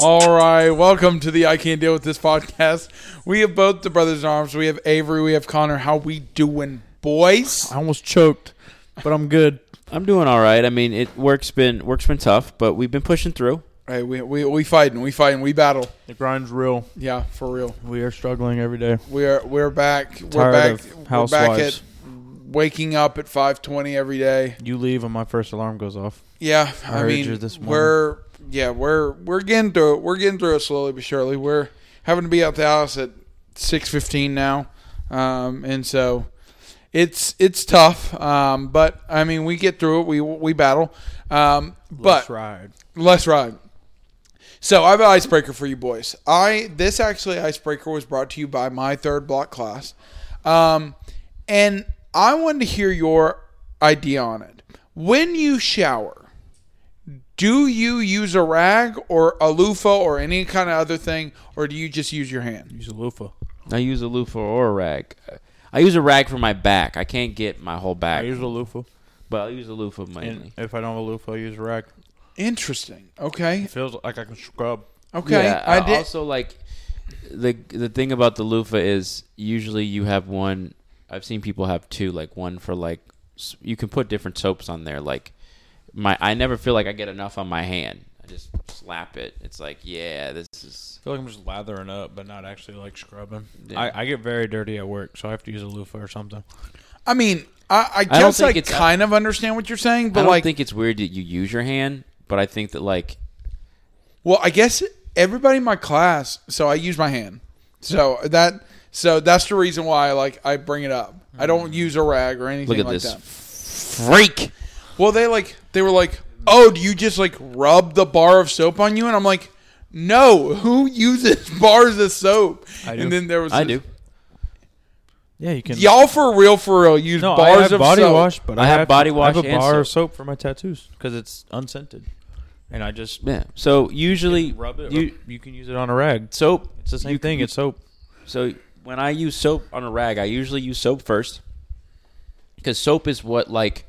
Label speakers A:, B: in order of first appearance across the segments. A: All right, welcome to the I Can't Deal with This podcast. We have both the brothers in arms. We have Avery. We have Connor. How we doing, boys?
B: I almost choked, but I'm good.
C: I'm doing all right. I mean, it work's been work's been tough, but we've been pushing through.
A: Hey, we we we fighting. We fighting. We battle.
B: The grind's real.
A: Yeah, for real.
B: We are struggling every day.
A: We are we're back. we're
B: Tired
A: back.
B: of
A: We're back at
B: housewives.
A: waking up at five twenty every day.
B: You leave and my first alarm goes off.
A: Yeah,
B: I
A: I,
B: heard you
A: mean,
B: this morning.
A: we're yeah, we're we're getting through it. We're getting through it slowly but surely. We're having to be out the house at six fifteen now, um, and so it's it's tough. Um, but I mean, we get through it. We we battle. Um, but
B: ride.
A: Let's ride. So I have an icebreaker for you boys. I this actually icebreaker was brought to you by my third block class, um, and I wanted to hear your idea on it. When you shower, do you use a rag or a loofah or any kind of other thing, or do you just use your hand?
B: Use a loofah.
C: I use a loofah or a rag. I use a rag for my back. I can't get my whole
B: I
C: back,
B: use a loofah.
C: but I use a loofah mainly.
B: And if I don't have a loofah, I use a rag.
A: Interesting. Okay.
B: It feels like I can scrub.
A: Okay.
C: Yeah,
A: I
C: uh,
A: did.
C: Also, like the the thing about the loofah is usually you have one. I've seen people have two, like one for like s- you can put different soaps on there. Like my, I never feel like I get enough on my hand. I just slap it. It's like, yeah, this is
B: I feel like I'm just lathering up, but not actually like scrubbing.
C: Yeah.
B: I, I get very dirty at work, so I have to use a loofah or something.
A: I mean, I, I
C: don't
A: guess I,
C: think it's-
A: kind of understand what you're saying, but
C: I don't
A: like,
C: think it's weird that you use your hand, but I think that like
A: Well, I guess everybody in my class, so I use my hand. So that so that's the reason why like I bring it up. I don't use a rag or anything
C: Mm. look at
A: like
C: this
A: that.
C: freak.
A: Well, they like they were like, "Oh, do you just like rub the bar of soap on you?" And I'm like, "No, who uses bars of soap?"
B: I do.
A: And then there was
C: I
A: this-
C: do.
B: Yeah, you can.
A: Y'all for real for real use
B: no,
A: bars
B: I have
A: of
B: body
A: soap.
B: wash, but
C: I
B: I,
C: have body
B: I have
C: wash
B: a
C: and
B: bar of soap for my tattoos because it's unscented, and I just
C: Yeah. So usually
B: rub it.
C: you
B: You you can use it on a rag.
C: soap.
B: It's the same
C: you-
B: thing.
C: you-
B: it's soap.
C: So when I use soap on a rag, I usually use soap first because soap is what like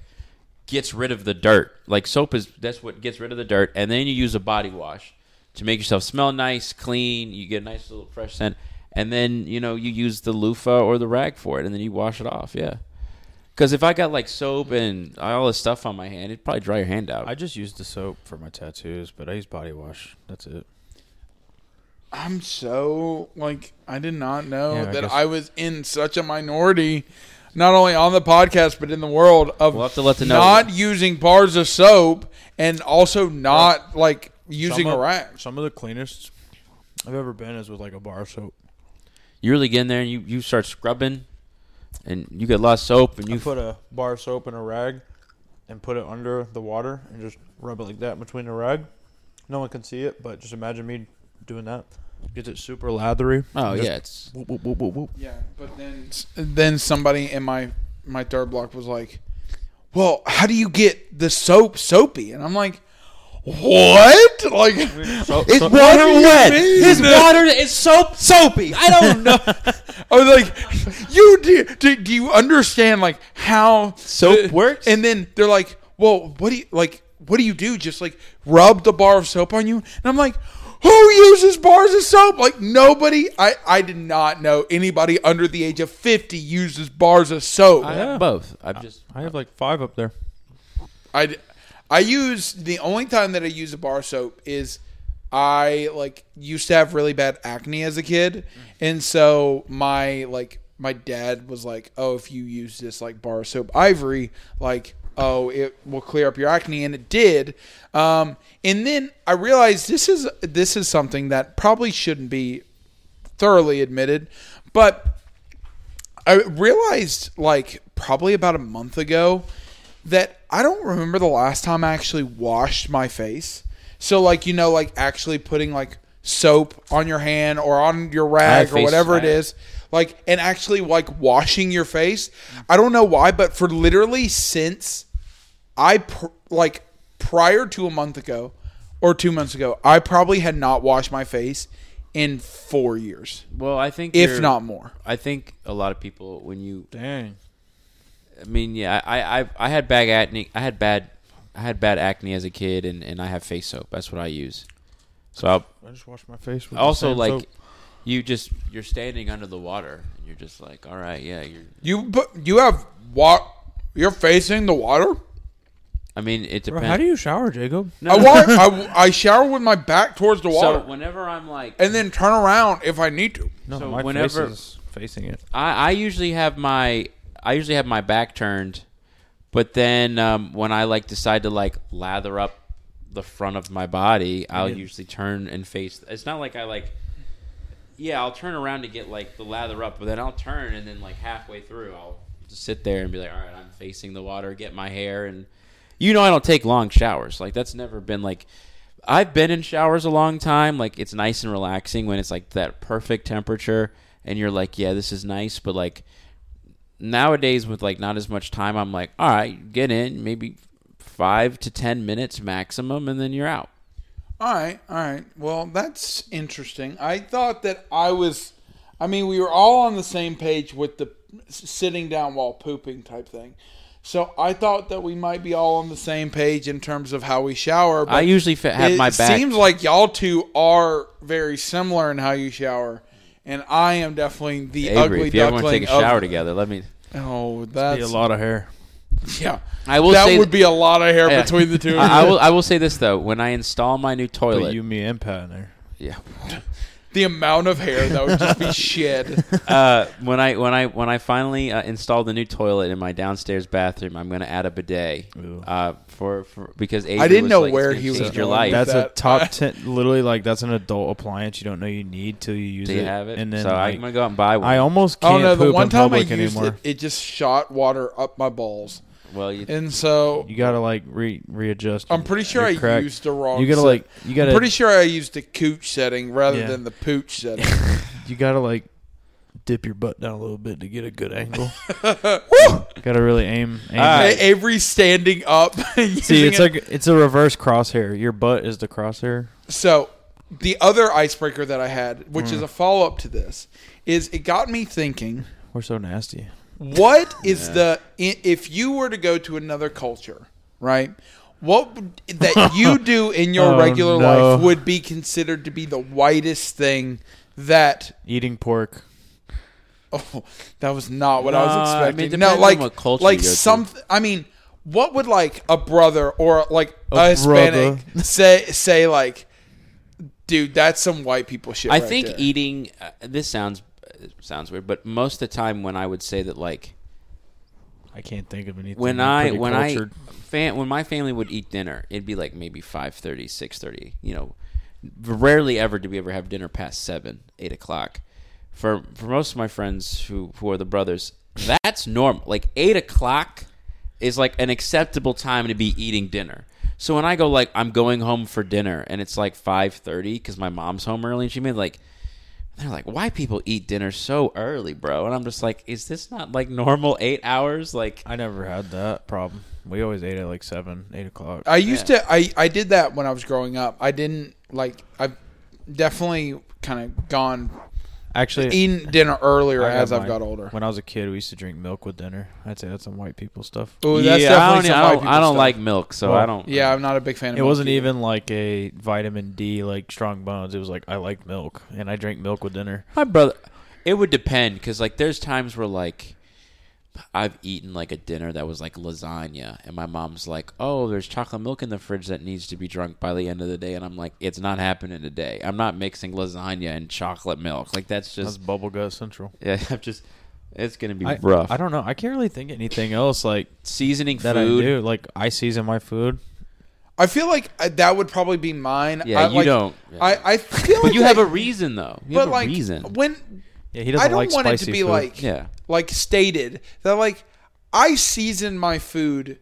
C: gets rid of the dirt. Like soap is that's what gets rid of the dirt, and then you use a body wash to make yourself smell nice, clean. You get a nice little fresh scent, and then you know you use the loofah or the rag for it, and then you wash it off. Yeah. Because if I got like soap and all this stuff on my hand, it'd probably dry your hand out.
B: I just use the soap for my tattoos, but I use body wash. That's it.
A: I'm so like I did not know
B: Yeah, I
A: that
B: guess-
A: I was in such a minority, not only on the podcast but in the world of
C: We'll have to let the know-
A: not using bars of soap and also not like using
B: some
A: a
B: of,
A: rack.
B: Some of the cleanest I've ever been is with like a bar of soap.
C: you really get in there and you, you start scrubbing, and you get a lot of soap, and
B: You
C: you
B: put a bar of soap in a rag and put it under the water and just rub it like that between the rag. No one can see it, but just imagine me doing that. Gets it super lathery.
C: oh
B: Just
C: yeah, it's
B: Whoop, whoop, whoop, whoop, whoop.
A: Yeah, but then then somebody in my my third block was like, "Well, how do you get the soap soapy?" And I'm like, "What? Like
B: So-
C: It's
B: so-
C: water
A: do you
C: wet.
A: mean?
C: His water is soap soapy. I don't know.
A: I was like, you do, do, do you understand like how
C: Soap
A: the-
C: works?
A: And then they're like, well, what do you like? What do you do? Just like rub the bar of soap on you? And I'm like, who uses bars of soap? Like nobody. I I did not know anybody under the age of fifty uses bars of soap.
C: I
A: I
C: have both. I'm just
B: I have like five up there.
A: I, use the only time that I use a bar of soap is. I like used to have really bad acne as a kid, and so my like my dad was like, "Oh, if you use this like bar of soap ivory, like oh, it will clear up your acne," and it did. Um, and then I realized this is this is something that probably shouldn't be thoroughly admitted, but I realized like probably about a month ago that I don't remember the last time I actually washed my face. So like you know like actually putting like soap on your hand or on your rag or
C: face
A: whatever it
C: rag.
A: is like and actually like washing your face. I don't know why but for literally since I pr- like prior to a month ago or 2 months ago, I probably had not washed my face in 4 years,
C: well. I think
A: if
C: you're-
A: not more.
C: I think a lot of people when you.
B: Dang.
C: I mean, yeah, I I, I had bad acne. I had bad. I had bad acne as a kid, and, and I have face soap. That's what I use. So I'll,
B: I just washed my face. With
C: also
B: the same
C: like
B: soap.
C: you just you're standing under the water and you're just like, all right, yeah, you're.
A: You put you have what? You're facing the water.
C: I mean, it
B: Bro,
C: depends.
B: how do you shower, Jacob?
A: I, wa- I I shower with my back towards the water,
C: So whenever I'm like,
A: and then turn around if I need to.
B: No,
C: So
B: my
C: whenever-
B: face is facing it.
C: I, I usually have my I usually have my back turned, but then um, when I like decide to like lather up the front of my body, I'll usually turn and face. It's not like I like. Yeah, I'll turn around to get like the lather up, but then I'll turn and then like halfway through, I'll just sit there and be like, all right, I'm facing the water, get my hair, and you know I don't take long showers. Like that's never been like. I've been in showers a long time. Like it's nice and relaxing when it's like that perfect temperature and you're like, yeah, this is nice, but like nowadays with like not as much time, I'm like, all right, get in, maybe 5 to 10 minutes maximum and then you're out.
A: All right, all right. Well, that's interesting. I thought that I was. I mean, we were all on the same page with the s- sitting down while pooping type thing. So I thought that we might be all on the same page in terms of how we shower. But
C: I usually fa- have
A: it
C: my back
A: seems like y'all two are very similar in how you shower, and I am definitely the
C: Avery,
A: ugly
C: if you ever want to
A: duckling
C: take a shower
A: of-
C: together, let me
A: Oh,
B: Be a
A: that's
B: lot of hair.
A: yeah.
C: I will
A: that
C: say
A: would be a lot of hair
C: Yeah.
A: between the two. of
C: I, I
A: you.
C: will I will say this though, when I install my new
B: But
C: toilet.
B: you, me, and Pat in there.
C: yeah.
A: the amount of hair that would just be shed.
C: uh, when I when I when I finally uh, install the new toilet in my downstairs bathroom, I'm going to add a bidet
B: Ooh.
C: uh, for, for because Avery
A: I didn't
C: was
A: know
C: like, it's
A: where
C: gonna
A: he was
C: change your
A: going with
C: life.
B: That's
A: that.
B: a top ten. Literally, like that's an adult appliance you don't know you need till you use
C: Do
B: it.
C: you have it?
B: And then
C: so
B: like,
C: I'm gonna go out and buy one.
B: I almost
A: Oh
B: can't
A: no!
B: poop
A: The one
B: in
A: time I
B: public
A: used
B: anymore.
A: it, it just shot water up my balls,
C: well, you,
A: and so
B: You gotta like re readjust.
A: I'm
B: your-
A: pretty sure
B: your
A: I
B: crack.
A: used the wrong.
B: You gotta
A: set-
B: like. You
A: I'm
B: gotta.
A: pretty sure I used the cooch setting rather
B: Yeah.
A: than the pooch setting.
B: You gotta like dip your butt down a little bit to get a good angle. gotta really aim. aim
C: All
B: it.
C: right.
A: A- Avery standing up. and
B: See,
A: using it.
B: it's like it's a reverse crosshair. Your butt is the crosshair.
A: so. The other icebreaker that I had, which
B: Hmm.
A: is a follow up to this, is it got me thinking.
B: We're so nasty.
A: What is the i- if you were to go to another culture, right? What would- that you do in your
B: Oh,
A: regular
B: no.
A: life would be considered to be the whitest thing that
B: Eating pork.
A: Oh, that was not what I
C: Nah,
A: was
C: I mean,
A: expecting.
C: depends
A: no,
C: on
A: like
C: what culture
A: like
C: you go to.
A: some. I mean, what would like a brother or like a,
B: A
A: Hispanic
B: brother.
A: say say like, dude, that's some white people shit.
C: I
A: right
C: think
A: there."
C: eating. Uh, this sounds uh, sounds weird, but most of the time when I would say that, like
B: I can't think of anything.
C: when
B: I'm
C: I
B: pretty
C: when
B: cultured.
C: I fam- when my family would eat dinner, it'd be like maybe 5.30, 6.30, You know, rarely ever do we ever have dinner past seven, eight o'clock. For for most of my friends who who are the brothers, that's normal. Like eight o'clock is like an acceptable time to be eating dinner. So when I go like I'm going home for dinner and it's like five thirty because my mom's home early and she made like they're like, why people eat dinner so early, bro? And I'm just like, is this not like normal eight hours? Like,
B: I never had that problem. We always ate at like seven, eight o'clock.
A: I used to. I I did that when I was growing up. I didn't like. I've definitely kind of gone
B: Actually,
A: eating dinner earlier
B: I had
A: as I've
B: mine.
A: got older.
B: When I was a kid, we used to drink milk with dinner. I'd say that's some white people stuff.
A: Ooh, that's
C: yeah, I
A: definitely
C: don't, e,
A: some
C: I
A: white
C: don't,
A: people
C: I don't
A: stuff.
C: like milk, so
B: Well,
C: I don't.
A: Yeah, I'm not a big fan. of
B: It
A: milk
B: wasn't
A: either.
B: even like a vitamin D, like strong bones. It was like I like milk, and I drink milk with dinner.
C: my brother. It would depend because like there's times where like I've eaten like a dinner that was like lasagna, and my mom's like, "Oh, there's chocolate milk in the fridge that needs to be drunk by the end of the day," and I'm like, "It's not happening today. I'm not mixing lasagna and chocolate milk. Like that's
B: That's
C: just
B: bubblegut central.
C: yeah, I'm just it's gonna be
B: I,
C: rough.
B: I don't know. I can't really think of anything else like
C: seasoning
B: that
C: food.
B: I do. Like I season my food.
A: I feel like I, that would probably be mine.
C: Yeah,
A: I,
C: you
A: like,
C: don't.
A: I I feel.
C: but
A: like
C: you have
A: I-
C: a reason though. You
A: but
C: have a
A: like
C: reason.
A: when
B: Yeah, he
A: I
B: doesn't
A: don't
B: like
A: want
B: spicy
A: it to be
B: food.
A: like
C: Yeah.
A: like stated that like I season my food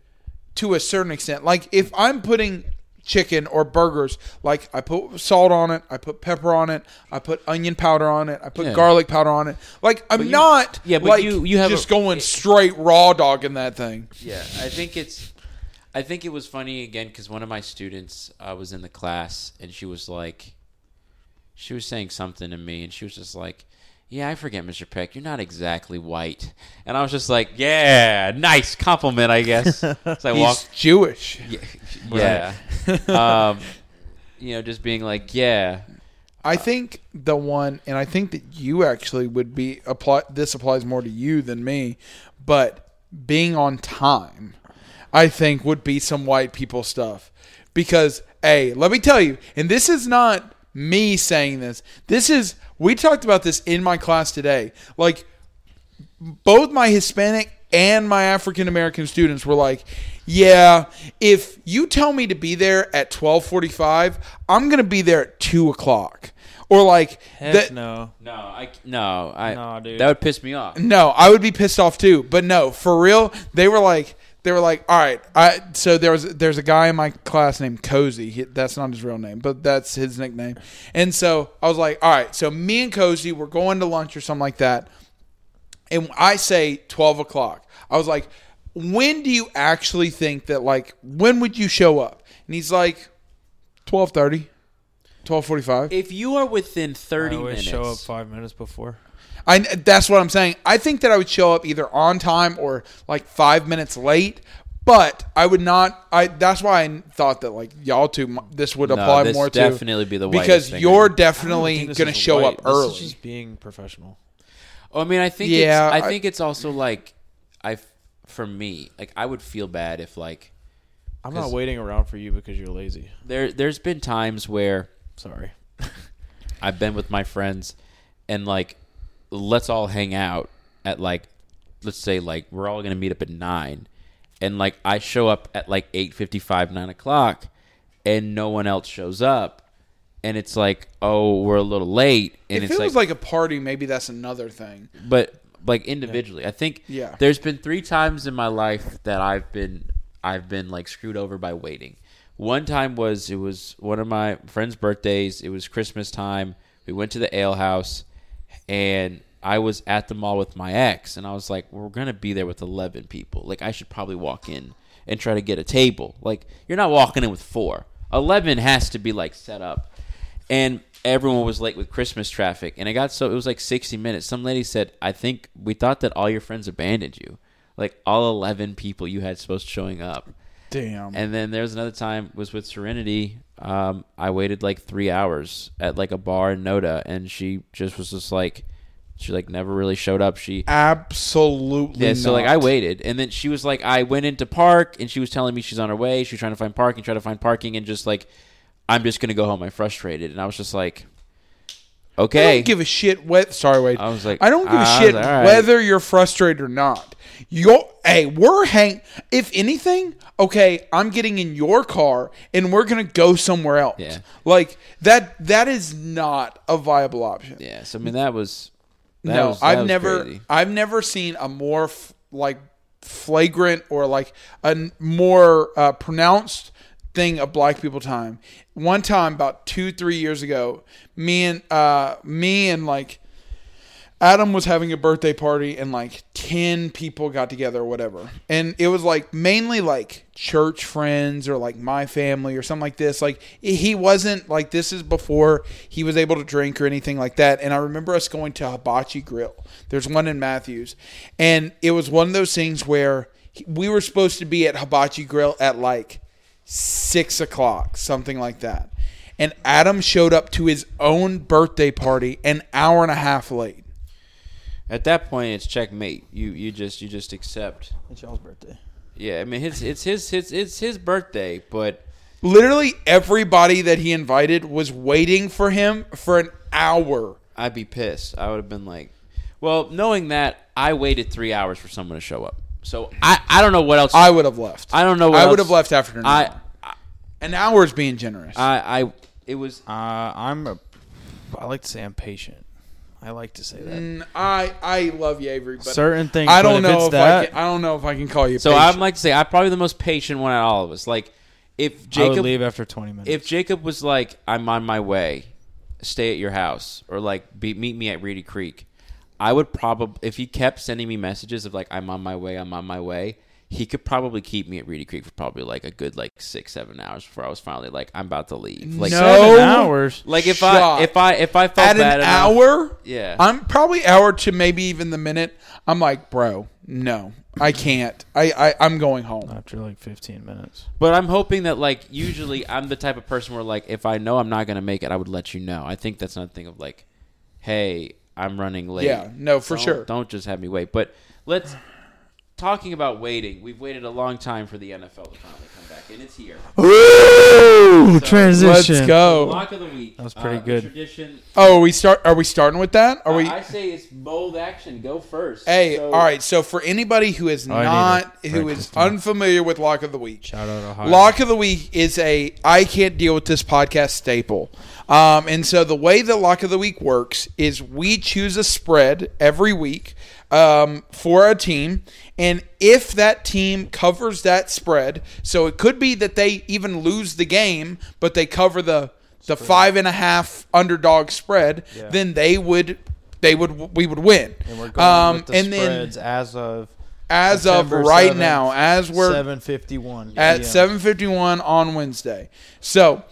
A: to a certain extent. Like if I'm putting chicken or burgers, like I put salt on it, I put pepper on it, I put onion powder on it, I put
C: Yeah.
A: garlic powder on it. Like I'm
C: you-
A: not
C: yeah, but
A: like,
C: you- you have
A: just
C: a-
A: going
C: it-
A: straight raw dog in that thing.
C: Yeah, I think it's. I think it was funny again because one of my students uh, was in the class and she was like, she was saying something to me and she was just like, "Yeah, I forget, Mr. Peck, you're not exactly white." And I was just like, "Yeah, nice compliment, I guess." so I
A: He's
C: walked.
A: Jewish.
C: Yeah. yeah. um, you know, just being like, yeah,
A: I think the one, and I think that you actually would be apply. This applies more to you than me, but being on time, I think would be some white people stuff. Because a, let me tell you, and this is not me saying this. This is we talked about this in my class today. Like both my Hispanic and my African American students were like, "Yeah, if you tell me to be there at twelve forty-five, I'm gonna be there at two o'clock." Or like
B: Heck
A: that. No.
B: no.
C: no, I, no, I,
B: Nah, dude.
C: that would piss me off.
A: I would be pissed off too. But no, for real, they were like, they were like, "All right." I so there was there's a guy in my class named Cozy. He, that's not his real name, but that's his nickname. And so I was like, "All right." So me and Cozy were going to lunch or something like that and I say 12 o'clock. I was like, when do you actually think that, like, when would you show up? And he's like, 12.30, 12.45.
C: If you are within
B: I
C: thirty
B: always
C: minutes,
B: show up five minutes before.
A: I, that's what I'm saying. I think that I would show up either on time or, like, five minutes late. But I would not. I that's why I thought that like y'all two m- this would
C: No,
A: apply
C: this
A: more to
C: definitely be the whitest
A: because
C: thing
A: you're
C: ever.
A: definitely gonna show up early.
B: This is just being professional.
C: Oh, I mean, I think
A: Yeah,
C: it's, I,
A: I-
C: think it's also like I for me, like I would feel bad if like
B: I'm not
C: 'Cause-
B: waiting around for you because you're lazy.
C: there there's been times where
B: Sorry.
C: I've been with my friends and like let's all hang out at like let's say like we're all gonna meet up at nine and like I show up at like eight fifty five, nine o'clock and no one else shows up and it's like, oh, we're a little late and
A: if
C: it's
A: it was like a party, maybe that's another thing.
C: but like individually i think
A: Yeah.
C: there's been three times in my life that i've been i've been like screwed over by waiting one time was it was one of my friends birthdays it was christmas time we went to the ale house and i was at the mall with my ex and i was like we're gonna be there with 11 people like i should probably walk in and try to get a table like you're not walking in with four 11 has to be like set up and everyone was late with Christmas traffic. And it got so it was like 60 minutes. Some lady said, "I think we thought that all your friends abandoned you, like all 11 people you had supposed to showing up."
A: Damn.
C: And then there was another time was with Serenity. Um, I waited like three hours at like a bar in Noda, and she just was just like, she like never really showed up. She
A: Absolutely.
C: yeah, so like I
A: not.
C: waited, and then she was like, I went into park, and she was telling me she's on her way. She was trying to find parking, trying to find parking, and just like, I'm just gonna go home. I'm frustrated, and I was just like,
A: I
C: okay,
A: don't give a shit. What? Sorry, Wade.
C: I was like,
A: I don't give a
C: I was
A: shit
C: like, all right.
A: whether you're frustrated or not. You're, hey, we're hang. If anything, okay, I'm getting in your car and we're gonna go somewhere else.
C: Yeah.
A: Like that. That is not a viable option.
C: yeah. So I mean, that was that
A: no,
C: was- that
A: I've
C: was
A: never,
C: crazy.
A: I've never seen a more f- like flagrant or like a n- more uh, pronounced thing of black people time. One time, about two, three years ago, me and uh, me and like Adam was having a birthday party and like 10 people got together or whatever. And it was like mainly like church friends or like my family or something like this. Like he wasn't like this is before he was able to drink or anything like that. And I remember us going to Hibachi Grill. There's one in Matthews. And it was one of those things where he- we were supposed to be at Hibachi Grill at like six o'clock, something like that. And Adam showed up to his own birthday party an hour and a half late.
C: at that point it's checkmate. You you just you just accept.
B: It's y'all's birthday.
C: Yeah, I mean, it's it's his his it's his birthday, but
A: Literally everybody that he invited was waiting for him for an hour.
C: I'd be pissed. I would have been like, well, knowing that I waited three hours for someone to show up. So I, I don't know what else
A: I would have left.
C: I don't know what
A: I would
C: else-
A: have left after an
C: I,
A: hour. An hour is being generous.
C: I, I, it was.
B: Uh, I'm a. I like to say I'm patient. I like to say that.
A: Mm, I I love you, Avery, but
B: Certain things.
A: I
B: but
A: don't
B: if
A: know
B: it's
A: if I
B: that,
A: can, I don't know if I can call you.
C: So
A: patient.
C: I'm like to say I'm probably the most patient one out of all of us. Like, if
B: I would
C: Jacob,
B: leave after 20 minutes.
C: if Jacob was like, "I'm on my way, stay at your house," or like, be, "Meet me at Reedy Creek," I would probably if he kept sending me messages of like, "I'm on my way, I'm on my way." He could probably keep me at Reedy Creek for probably like a good like six, seven hours before I was finally like, "I'm about to leave." Like,
A: No.
B: seven hours.
C: like if
A: Shot.
C: I if I if I felt
A: at an
C: bad enough-
A: hour,
C: Yeah.
A: I'm probably hour to maybe even the minute. I'm like, bro, no, I can't. I, I I'm going home.
B: after like 15 minutes.
C: But I'm hoping that like usually I'm the type of person where like if I know I'm not gonna make it, I would let you know. I think that's another thing of like, hey, I'm running late.
A: Yeah, no, for
C: Don't-
A: sure.
C: Don't just have me wait. But let's talking about waiting. We've waited a long time for the NFL to finally come back, and it's here.
B: Ooh,
A: Let's
B: transition.
A: go.
C: Lock of the week. That
B: was pretty good.
C: Tradition.
A: Oh, are we start. Are we starting with that? Are we?
C: I say it's bold action. Go first.
A: Hey,
C: So-
A: all right. So for anybody who is
B: Oh, I need
A: not
B: to
A: who
B: break
A: is
B: this down.
A: unfamiliar with Lock of the Week,
B: Shout out Ohio.
A: Lock of the Week is a I can't deal with this podcast staple. Um, and so the way that Lock of the Week works is we choose a spread every week um, for a team. And if that team covers that spread, so it could be that they even lose the game, but they cover the the five and a half underdog spread,
B: Yeah.
A: then they would they would we would win.
B: And we're going
A: um,
B: with the
A: and then
B: spreads as of
A: as of
B: September
A: right
B: 7th,
A: now, as we're
B: 7:51
A: at
B: PM.
A: 7:51 on Wednesday. So,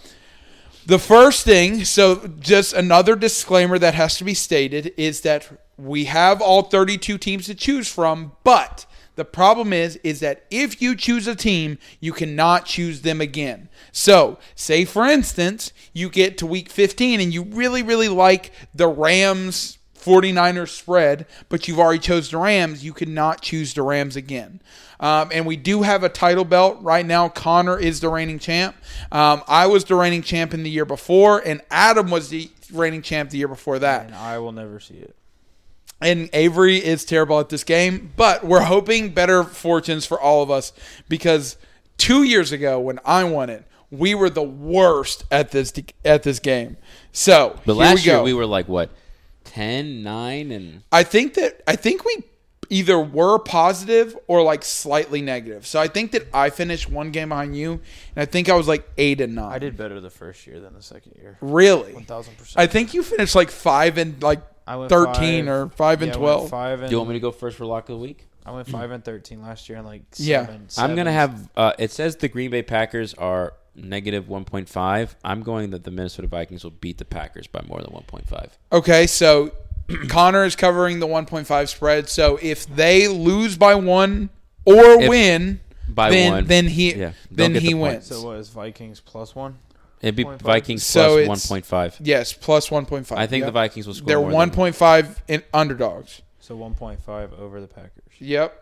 A: the first thing, so just another disclaimer that has to be stated is that we have all 32 teams to choose from, but the problem is is that if you choose a team, you cannot choose them again. So, say for instance, you get to week 15 and you really really like the Rams 49ers spread, but you've already chose the Rams. You cannot choose the Rams again. Um, and we do have a title belt right now. Connor is the reigning champ. Um, I was the reigning champ in the year before, and Adam was the reigning champ the year before that.
B: And I will never see it.
A: And Avery is terrible at this game, but we're hoping better fortunes for all of us because two years ago when I won it, we were the worst at this at this game. So
C: But
A: here
C: last
A: we go.
C: year we were like what, 10, 9, and
A: I think that I think we either were positive or like slightly negative. So I think that I finished one game behind you, and I think I was like eight and nine.
B: I did better the first year than the second year.
A: really.
B: 1000%.
A: I think you finished like five and like
B: I went
A: thirteen
B: five-
A: or five and
B: yeah, I went
A: twelve.
B: Five and,
C: do you want me to go first for lock of the week?
B: I went five and thirteen last year, and like
A: Yeah.
B: seven,
C: i I'm gonna
B: sevens.
C: have. Uh, it says the Green Bay Packers are negative 1.5. I'm going that the Minnesota Vikings will beat the Packers by more than 1.5.
A: Okay, so Connor is covering the one point five spread. So if they lose by one or
C: If-
A: win
C: by
A: then,
C: one,
A: then he
C: yeah, they'll
A: then
C: get
A: he
C: the point.
A: wins.
B: So what is Vikings plus one?
C: It'd be
B: 1.5.
C: Vikings
A: So
C: plus
A: it's-
C: 1.5.
A: yes, plus one point five.
C: I think the Vikings will score.
A: they're
C: more than-
A: one point five in underdogs.
B: So one point five over the Packers.
A: Yep.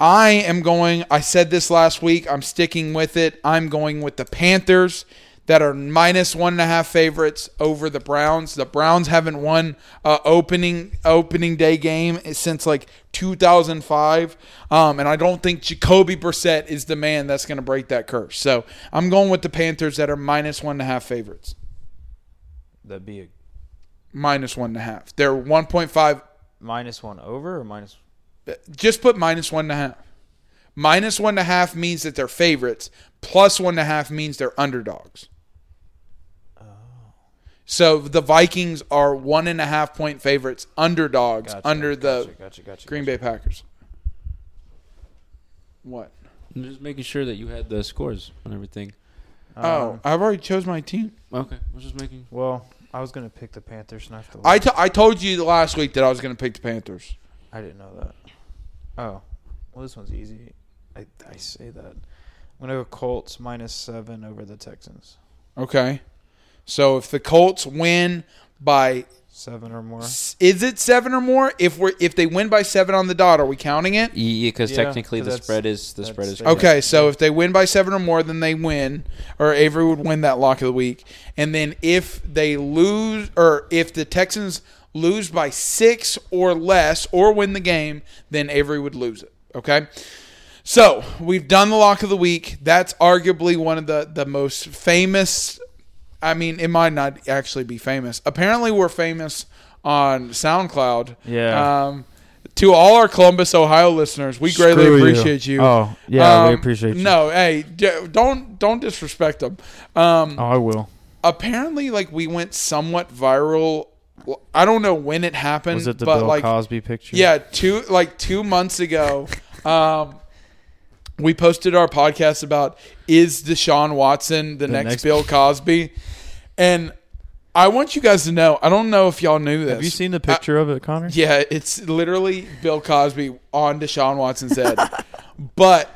A: I am going. I said this last week. I'm sticking with it. I'm going with the Panthers that are minus one and a half favorites over the Browns. The Browns haven't won a opening opening day game since like 2005, um, and I don't think Jacoby Brissett is the man that's going to break that curse. So I'm going with the Panthers that are minus one and a half favorites.
B: That'd be a
A: Minus one and a half. They're 1.5
B: minus one over or minus.
A: just put minus one and a half. Minus one and a half means that they're favorites. Plus one and a half means they're underdogs.
B: Oh.
A: So the Vikings are one and a half point favorites, underdogs
B: Gotcha,
A: under the
B: gotcha, gotcha, gotcha,
A: Green Bay Packers. What?
C: I'm just making sure that you had the scores and everything.
B: gotcha. Um,
A: Oh, I've already chose my team.
C: Okay, I was just making.
B: well, I was gonna pick the Panthers, and I have to.
A: I, t- I told you last week that I was going to pick the Panthers.
B: I didn't know that. Oh, well, this one's easy. I I say that. I'm gonna go Colts minus seven over the Texans.
A: Okay. So if the Colts win by
B: Seven or more.
A: S- Is it seven or more? If we're if they win by seven on the dot, are we counting it?
C: Yeah, because
B: Yeah,
C: technically
B: 'cause
C: the
B: that's-
C: spread is the
B: that's
C: spread is
B: the-
A: Okay, so if they win by seven or more, then they win, or Avery would win that lock of the week. And then if they lose, or if the Texans lose by six or less, or win the game, then Avery would lose it. Okay. So we've done the lock of the week. That's arguably one of the the most famous. I mean, it might not actually be famous. Apparently, we're famous on SoundCloud.
B: Yeah.
A: Um, to all our Columbus, Ohio listeners, we greatly
B: Screw you.
A: appreciate you.
B: Oh, yeah, we
A: Um,
B: appreciate you.
A: No, hey, d- don't don't disrespect them. Um,
B: Oh, I will.
A: apparently, like we went somewhat viral. I don't know when it happened,
B: Was it the
A: but
B: Bill
A: like
B: Cosby picture?
A: yeah, two like two months ago, um, we posted our podcast about is Deshaun Watson the, next,
B: next-
A: Bill Cosby, and I want you guys to know. I don't know if y'all knew this.
B: Have you seen the picture of it, Connor?
A: Yeah, it's literally Bill Cosby on Deshaun Watson's head. but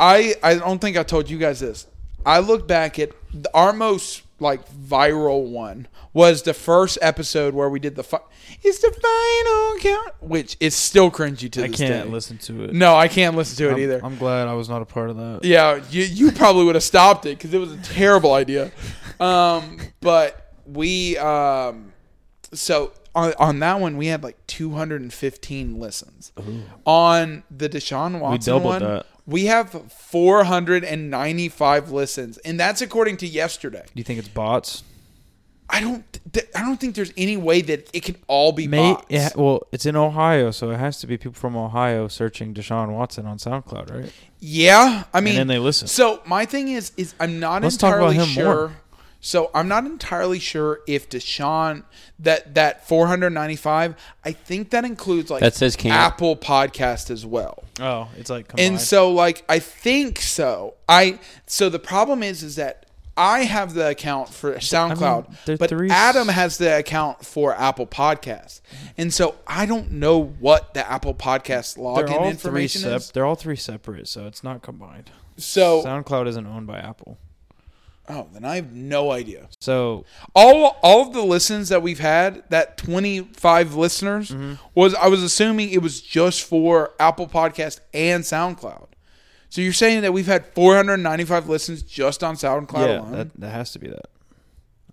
A: I I don't think I told you guys this. I look back at the, our most like viral one was the first episode where we did the fi- it's the final count, which is still cringy to
B: I
A: this
B: can't
A: day.
B: listen to it.
A: No, I can't listen to it either.
B: I'm glad I was not a part of that.
A: Yeah, you, you probably would have stopped it because it was a terrible idea. Um, but we, um, so on, on that one, we had like 215 listens. On the Deshaun Watson one,
B: doubled that.
A: we have 495 listens, and that's according to yesterday.
B: Do you think it's bots?
A: I don't, th- I don't think there's any way that it can all be
B: May,
A: bots.
B: it, ha- well, it's in Ohio, so it has to be people from Ohio searching Deshaun Watson on SoundCloud, right?
A: Yeah, I mean,
B: then they listen.
A: So my thing is, is I'm not
B: Let's talk about
A: entirely
B: him
A: sure.
B: more.
A: So I'm not entirely sure if Deshaun that that 495. I think that includes like
C: That says can't.
A: Apple Podcast as well.
B: Oh, it's like come
A: And so like I think so. I so the problem is is that I have the account for SoundCloud,
B: they're
A: but
B: three s-
A: Adam has the account for Apple Podcast. And so I don't know what the Apple Podcast
B: they're
A: login
B: all three
A: information
B: sep-
A: is.
B: They're all three separate, so it's not combined.
A: So
B: SoundCloud isn't owned by Apple,
A: Oh, then I have no idea.
B: so
A: All all of the listens that we've had, that twenty five listeners,
B: Mm-hmm.
A: was I was assuming it was just for Apple Podcast and SoundCloud. So you're saying that we've had four hundred ninety five listens just on SoundCloud
B: yeah,
A: alone?
B: that that has to be that.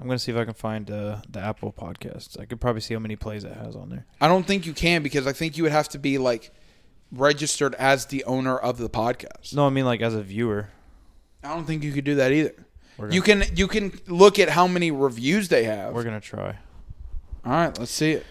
B: I'm gonna see if I can find uh, the Apple podcasts. I could probably see how many plays it has on there.
A: I don't think you can because I think you would have to be like registered as the owner of the podcast.
B: No, I mean like as a viewer.
A: I don't think you could do that either.
B: gonna-
A: You can you can look at how many reviews they have.
B: We're gonna try.
A: All right, let's see it.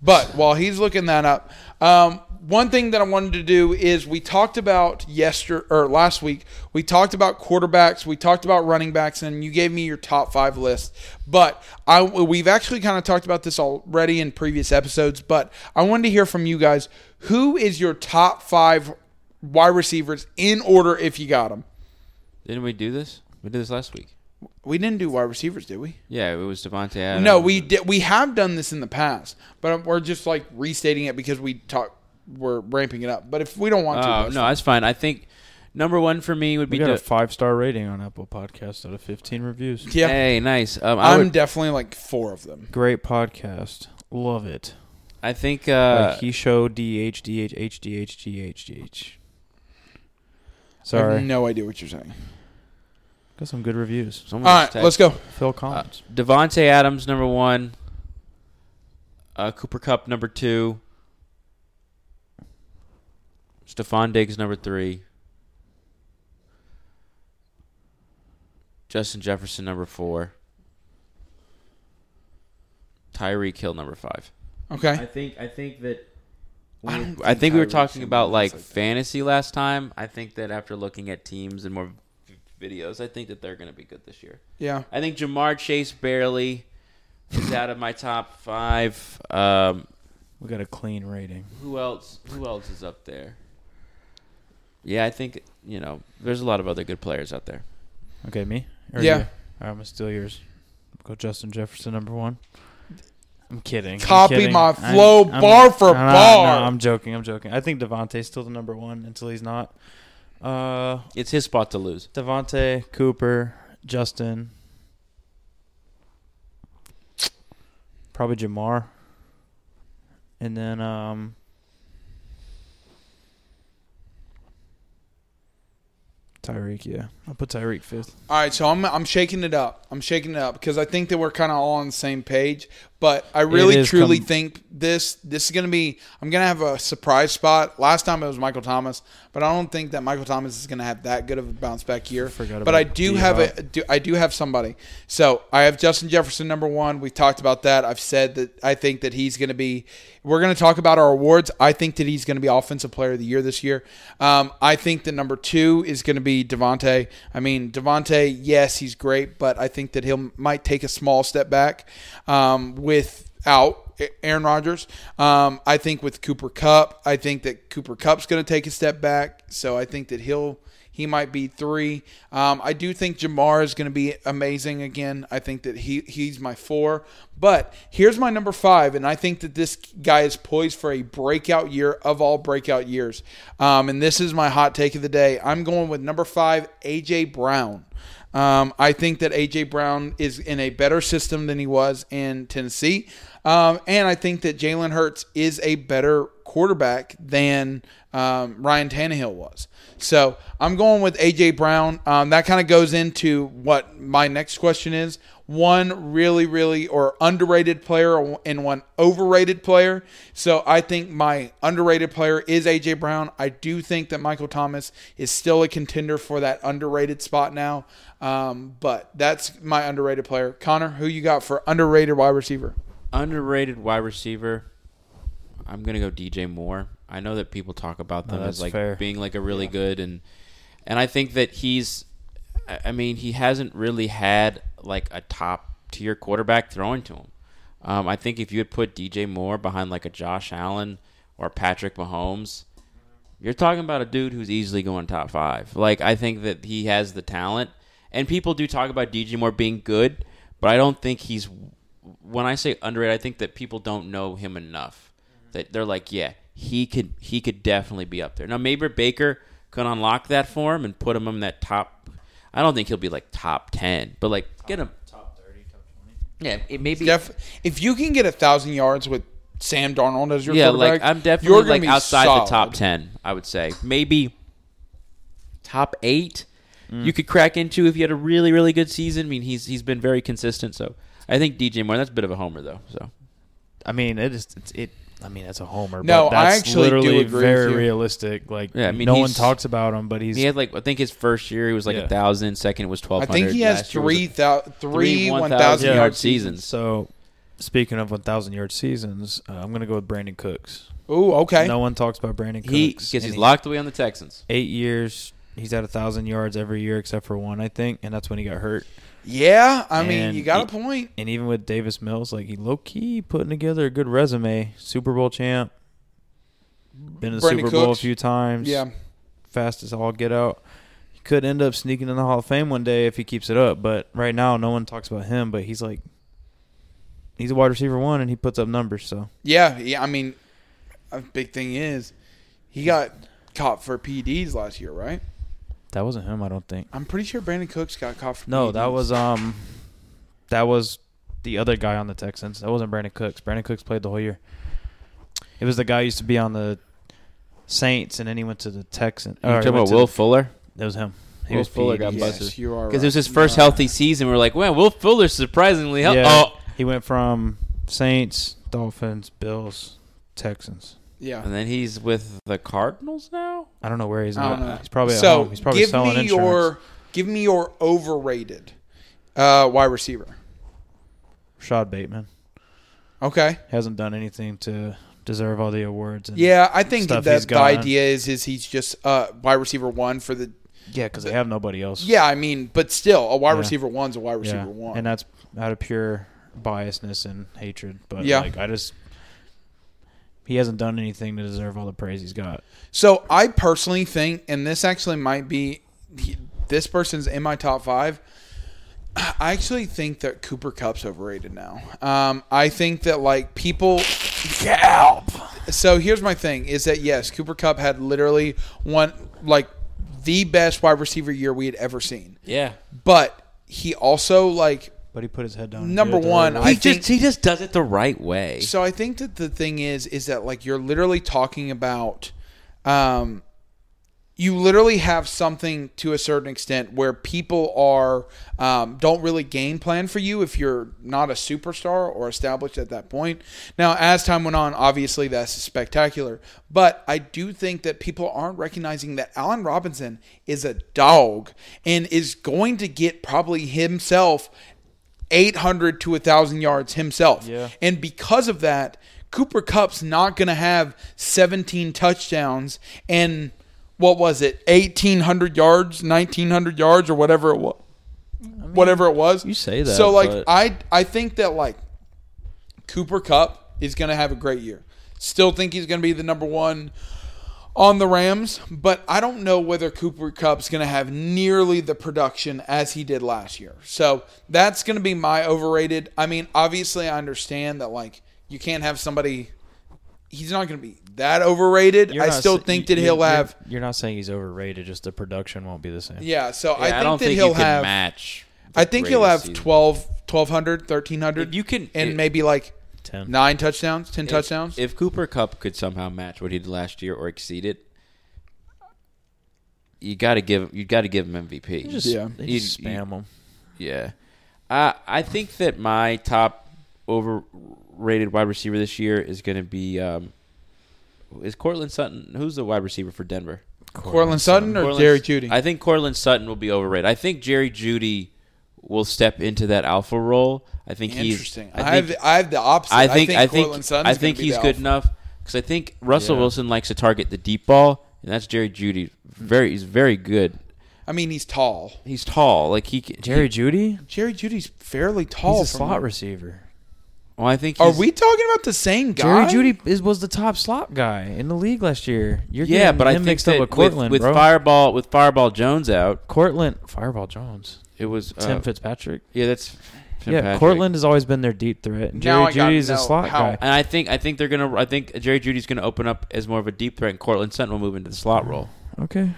A: But while he's looking that up, um, one thing that I wanted to do is we talked about yester or last week. We talked about quarterbacks, we talked about running backs, and you gave me your top five list. But I we've actually kind of talked about this already in previous episodes. But I wanted to hear from you guys. Who is your top five wide receivers in order if you got them?
C: Didn't we do this? We did this last week.
A: We didn't do wide receivers, did we?
C: Yeah, it was Devontae Adams.
A: No, we did. We have done this in the past, but we're just like restating it because we talk. We're ramping it up. But if we don't want to,
C: Oh
A: that's
C: no, that's fine. I think number one for me would
B: We
C: be.
B: got a
C: De-
B: five star rating on Apple Podcasts out of 15 reviews.
A: yeah.
C: Hey, nice. Um, I
A: I'm
C: would.
A: definitely like four of them.
B: Great podcast. Love it.
C: I think. Uh,
B: like he showed DH, DH, HDH, GH, Sorry.
A: I have no idea what you're saying.
B: Got some good reviews.
A: All right, let's go.
B: Phil Collins.
A: Uh,
C: Devonte Adams number one. Uh, Cooper Cup number two. Stephon Diggs number three. Justin Jefferson number four. Tyreek Hill number five. I
A: Okay.
C: think I think that
A: I
C: I,
A: don't think
C: think we were
A: Tyreek
C: talking
A: Hill
C: about
A: does
C: like
A: like that.
C: fantasy last time. I think that after looking at teams and more v- videos, I think that they're going to be good this year.
A: Yeah.
C: I think Jamar Chase barely is out of my top five. Um,
B: We got a clean rating.
C: who else? Who else is up there? Yeah, I think you know. There's a lot of other good players out there.
B: Okay, me?
A: Yeah.
B: you? All right, I'm going to steal yours. Go Justin Jefferson, number one. I'm kidding. I'm
A: Copy
B: kidding.
A: my
B: I'm-
A: flow bar for
B: I'm not-
A: bar.
B: No, I'm joking. I'm joking. I think Devontae's still the number one until he's not. Uh,
C: It's his spot to lose.
B: Devontae, Cooper, Justin. Probably Jamar. And then um Tyreek, yeah. I'll put Tyreek fifth.
A: All right. So I'm I'm shaking it up. I'm shaking it up because I think that we're kind of all on the same page. But I really
B: is
A: truly
B: com-
A: think this this is gonna be. I'm gonna have a surprise spot. Last time it was Michael Thomas, but I don't think that Michael Thomas is gonna have that good of a bounce back year.
B: Forgot
A: but
B: about
A: I do have
B: D-Hop.
A: a do, I do have somebody. So I have Justin Jefferson number one. We've talked about that. I've said that I think that he's going to be. We're going to talk about our awards. I think that he's going to be offensive player of the year this year. Um, I think that number two is going to be Devonte. I mean Devonte. Yes, he's great, but I think that he'll might take a small step back um, without Aaron Rodgers. Um, I think with Cooper Cup, I think that Cooper Cup's going to take a step back. So I think that he'll He might be three. Um, I do think Jamar is going to be amazing again. I think that he he's my four. But here's my number five, and I think that this guy is poised for a breakout year of all breakout years. Um, and this is my hot take of the day. I'm going with number five, AJ Brown. Um, I think that AJ Brown is in a better system than he was in Tennessee, um, and I think that Jalen Hurts is a better quarterback than um, Ryan Tannehill was. So I'm going with AJ Brown. Um, that kind of goes into what my next question is. One really, really, or underrated player and one overrated player. So I think my underrated player is AJ Brown. I do think that Michael Thomas is still a contender for that underrated spot now. Um, but that's my underrated player. Connor, who you got for underrated wide receiver?
C: Underrated wide receiver. I'm gonna go DJ Moore. I know that people talk about them
B: No,
C: as
B: that's
C: like
B: fair.
C: being like a really good and and I think that he's. I I mean, he hasn't really had like a top tier quarterback throwing to him. Um, I think if you had put DJ Moore behind like a Josh Allen or Patrick Mahomes, you're talking about a dude who's easily going top five. Like I think that he has the talent, and people do talk about DJ Moore being good, but I don't think he's. When I say underrated, I think that people don't know him enough. That they're like, yeah, he could he could definitely be up there. Now maybe Baker could unlock that for him and put him in that top. I don't think he'll be like top ten, but like get him.
B: Top 30, top 20.
C: Yeah, it maybe
A: Def- if you can get a thousand yards with Sam Darnold as your
C: yeah,
A: quarterback,
C: like I'm
A: you're
C: definitely
A: gonna
C: like
A: be
C: outside
A: solid.
C: the top ten. I would say maybe top eight. You could crack into if you had a really really good season. I mean, he's he's been very consistent. So I think DJ Moore. That's a bit of a homer though. So
B: I mean, it is it's, it. I mean, that's a homer.
A: No,
B: but that's
A: I actually
B: literally
A: do agree with
B: very
A: you.
B: realistic. Like,
C: Yeah, I mean,
B: no one
C: he's-
B: talks about him, but he's
C: he had like I think his first year he was like
B: Yeah.
C: a thousand. Second was
A: I
C: twelve hundred.
A: think he has three thou- three
C: three 1,000
A: one thousand
B: yard
A: yard
C: seasons.
B: so. Speaking of 1,000 yard seasons, uh, I'm going to go with Brandon Cooks.
A: Ooh, okay.
B: No one talks about Brandon Cooks.
C: He because
B: and
C: he's locked away on the Texans.
B: Eight years, he's had 1,000 yards every year except for one, I think, and that's when he got hurt.
A: Yeah, I mean,
B: And
A: you got
B: it-
A: a point.
B: And even with Davis Mills, like, he low key putting together a good resume. Super Bowl champ, been to the
A: Brandon
B: Super Bowl a
A: Cooks.
B: few times.
A: Yeah,
B: fast as all get out. He could end up sneaking in the Hall of Fame one day if he keeps it up, but right now no one talks about him, but he's like he's a wide receiver one and he puts up numbers, so
A: yeah, yeah. I mean, a big thing is he got caught for PDs last year, right?
B: that wasn't him, I don't think.
A: I'm pretty sure Brandon Cooks got caught for. E
B: No,
A: PDs.
B: that was um that was the other guy on the Texans. That wasn't Brandon Cooks. Brandon Cooks played the whole year. It was the guy who used to be on the Saints and then he went to the Texans.
C: You talking about Will Fuller
B: That was him. He
C: Will
B: was E
C: Fuller
B: PEDs.
C: got
A: yes,
C: busted.
A: You are
C: because it
A: right.
C: was his first
A: Yeah.
C: healthy season. We are like, wow, Will Fuller surprisingly healthy.
B: Yeah.
C: Oh,
B: He went from Saints, Dolphins, Bills, Texans.
A: Yeah.
C: and then he's with the Cardinals now.
B: I don't know where he's
A: I don't
B: at.
A: know.
B: He's probably at
A: so
B: home. He's probably
A: give
B: selling
A: me
B: insurance.
A: your give me your overrated uh, wide receiver.
B: Rashad Bateman
A: Okay.
B: hasn't done anything to deserve all the awards. And
A: Yeah, I think
B: stuff
A: that the
B: he's got.
A: idea is is he's just uh, wide receiver one for the.
B: yeah, because they have nobody else.
A: Yeah, I mean, but still, a wide
B: Yeah.
A: receiver one's a wide
B: Yeah.
A: receiver one.
B: and that's out of pure biasness and hatred. But
A: Yeah.
B: like, I just he hasn't done anything to deserve all the praise he's got.
A: So I personally think, and this actually might be this person's in my top five. I actually think that Cooper Cup's overrated now. Um, I think that like people. Help. So here's my thing: is that yes, Cooper Cup had literally one like the best wide receiver year we had ever seen,
C: Yeah,
A: but he also like
B: But he put his head down. and
A: Number
B: did it the
A: one,
B: right
A: I
B: way.
C: he
A: think-
C: just he just does it the right way.
A: So I think that the thing is, is that like you're literally talking about, um, you literally have something to a certain extent where people are um, don't really game plan for you if you're not a superstar or established at that point. Now, as time went on, obviously that's spectacular, but I do think that people aren't recognizing that Allen Robinson is a dog and is going to get probably himself 800 to 1,000 yards himself.
B: Yeah.
A: And because of that, Cooper Cup's not going to have 17 touchdowns and what was it, 1,800 yards, 1,900 yards, or whatever it was. whatever it was.
C: you say that,
A: So like
C: but-
A: I I think that like Cooper Cup is going to have a great year. Still think he's going to be the number one on the Rams, but I don't know whether Cooper Cup's going to have nearly the production as he did last year. So that's going to be my overrated. I mean, obviously, I understand that like you can't have somebody. He's not going to be that overrated.
D: You're
A: I
D: not
A: still
D: sa-
A: think
D: you-
A: that he'll
D: you're-
A: have.
D: You're not saying he's overrated. Just the production won't be the same.
A: Yeah, so I
C: Yeah,
A: think
C: I don't
A: that
C: think
A: he'll
C: you can
A: have.
C: match. the
A: I think he'll
C: greatest
A: have
C: season.
A: 12, 1,200, 1,300.
C: If you can-
A: and
C: it-
A: maybe like
D: Ten.
A: nine touchdowns, ten touchdowns.
C: If Cooper Cup could somehow match what he did last year or exceed it, you got to give you got to give him MVP.
D: Just,
A: Yeah.
D: they
C: You-
D: just
C: you-
D: spam them.
C: yeah, I I think that my top overrated wide receiver this year is going to be um, is Cortland Sutton. Who's the wide receiver for Denver?
A: Cortland Sutton or
C: Cortland-
A: Jerry Judy?
C: I think Cortland Sutton will be overrated. I think Jerry Judy will step into that alpha role. I think he's
A: Interesting. I,
C: I think,
A: have I have the opposite.
C: I think I think
A: Cortland
C: I
A: Sutton's
C: think
A: gonna be
C: he's
A: the
C: good
A: alpha.
C: enough because I think Russell
D: Yeah.
C: Wilson likes to target the deep ball, and that's Jerry
A: Mm.
C: Judy. Very he's very good.
A: I mean, he's tall.
C: He's tall, like he. can-
D: Jerry
C: he-
D: Judy.
A: Jerry Judy's fairly tall.
D: He's a
A: from-
D: slot receiver.
C: well, I think.
A: Are
C: he's-
A: we talking about the same
D: Jerry
A: guy?
D: Judy is was the top slot guy in the league last year. You're
C: Yeah,
D: getting
C: but I
D: him
C: think
D: mixed
C: that
D: up with Cortland,
C: with,
D: bro.
C: Fireball with Fireball Jones out,
D: Cortland Fireball Jones,
C: it was uh,
D: Tim Fitzpatrick.
C: Yeah, that's Tim
D: yeah,
C: Patrick.
D: Cortland has always been their deep threat. and
A: Now I
D: Jerry
A: gotta
D: Judy's a
A: know
D: slot
A: how-
D: guy.
C: And I think I think they're gonna. I think Jerry Judy's gonna open up as more of a deep threat, and Cortland Sutton will move into the slot role.
D: Okay,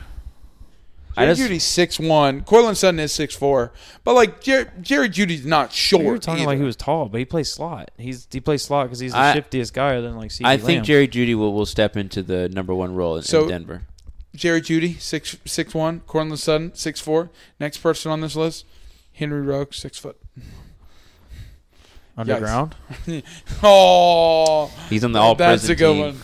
C: I
A: Jerry
C: just-
A: Judy's six one. Cortland Sutton is six four. But like Jer- Jerry Judy's not short.
D: you were talking like
A: either.
D: he was tall, but he plays slot. He's he plays slot because he's the
C: I-
D: shiftiest guy other than like CD
C: I think
D: Lamb.
C: Jerry Judy will, will step into the number one role in,
A: So-
C: in Denver.
A: Jerry Judy six six one. Cortland Sutton six four. Next person on this list, Henry Rogue six foot.
D: underground.
A: Oh,
C: He's on the All
A: that's a
C: Present
A: good
C: team.
A: one.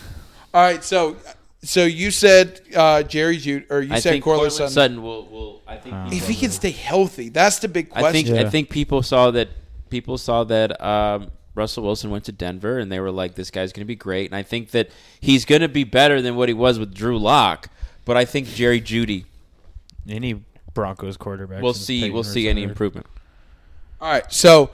A: All right, so so you said uh, Jerry Judy, or you
C: I
A: said
C: think Cortland
A: Cortland
C: Sutton,
A: Sutton.
C: will, will. I think
D: Oh.
C: people-
A: If he can stay healthy, that's the big question.
C: I think I
D: Yeah.
C: think people saw that people saw that um, Russell Wilson went to Denver and they were like, this guy's going to be great, and I think that he's going to be better than what he was with Drew Lock. But I think Jerry Judy
D: Any Broncos quarterback.
C: will
D: since
C: see
D: Peyton
C: will see
D: retired.
C: any improvement.
A: All right, so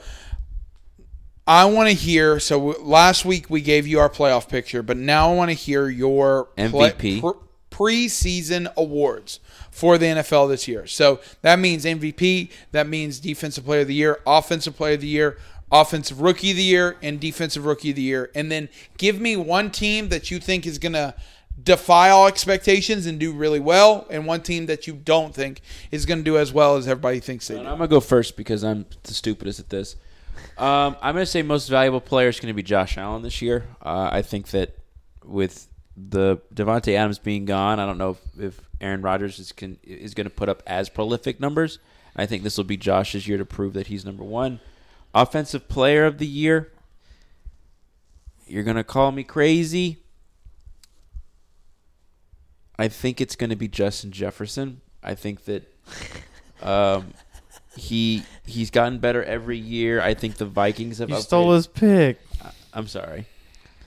A: I want to hear. So w- last week we gave you our playoff picture, but now I want to hear your play-
C: MVP.
A: pre- preseason awards for the NFL this year. So that means MVP, that means Defensive Player of the Year, Offensive Player of the Year, Offensive Rookie of the Year, and Defensive Rookie of the Year. And then give me one team that you think is going to defy all expectations and do really well, and one team that you don't think is going to do as well as everybody thinks they do.
C: And I'm gonna go first because I'm the stupidest at this. Um, I'm gonna say most valuable player is gonna be Josh Allen this year. Uh, I think that with the Devonte Adams being gone, I don't know if, if Aaron Rodgers is can, is gonna put up as prolific numbers. I think this will be Josh's year to prove that he's number one. Offensive player of the year. You're gonna call me crazy. I think it's gonna be Justin Jefferson. I think that um, he he's gotten better every year. I think the Vikings have.
D: You
C: upgraded-
D: stole his pick.
C: I'm sorry.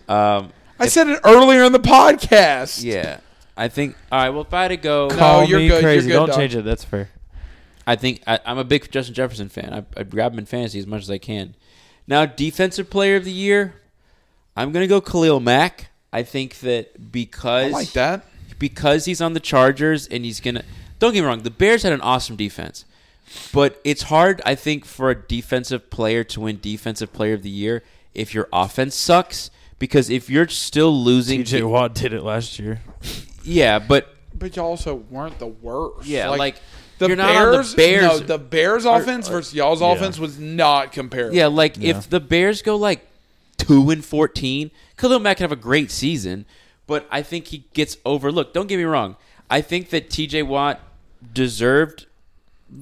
C: Um,
A: I said it earlier in the podcast.
C: yeah, I think. All right. Well, if I had to go,
A: No,
D: Call
A: you're
D: me
A: good, you're
D: crazy.
A: good,
D: Don't
A: dog.
D: change it. That's fair.
C: I think I, I'm a big Justin Jefferson fan. I, I grab him in fantasy as much as I can. Now, defensive player of the year, I'm gonna go Khalil Mack. I think that
A: I
C: because
A: like that.
C: because he's on the Chargers and he's gonna. Don't get me wrong. The Bears had an awesome defense, but it's hard, I think, for a defensive player to win Defensive Player of the Year if your offense sucks. Because if you're still losing,
D: TJ E Watt did it last year.
C: yeah, but
A: But you also weren't the worst.
C: yeah, like,
A: the
C: you're
A: Bears,
C: not on the Bears.
A: No, the Bears offense
C: are-
A: versus y'all's
D: Yeah.
A: offense was not comparable.
C: Yeah, like
D: Yeah.
C: if the Bears go like two and fourteen, Khalil Mack can have a great season, but I think he gets overlooked. Don't get me wrong. I think that TJ Watt deserved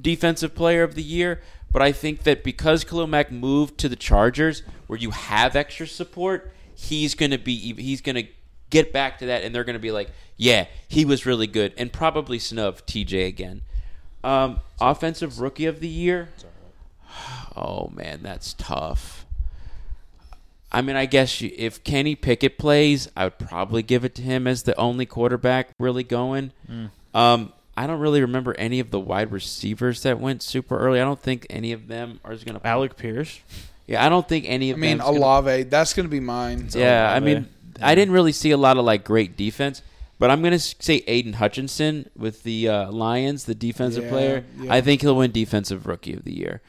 C: defensive player of the year, but I think that because Khalil Mack moved to the Chargers where you have extra support, he's gonna be he's gonna get back to that and they're gonna be like, Yeah, he was really good and probably snub TJ again. Um, offensive rookie of the year. Oh man, that's tough. I mean, I guess you, if Kenny Pickett plays, I would probably give it to him as the only quarterback really going. Um, I don't really remember any of the wide receivers that went super early. I don't think any of them are going to.
D: Alec Pierce.
C: Yeah, I don't think any
A: I
C: of.
A: mean
C: them's gonna-
A: Alave. That's going to be mine.
C: yeah, I
D: Olave.
C: mean, I didn't really see a lot of like great defense, But I'm gonna s- say Aiden Hutchinson with the uh, Lions, the defensive
A: Yeah,
C: player.
A: yeah.
C: I think he'll win defensive rookie of the year.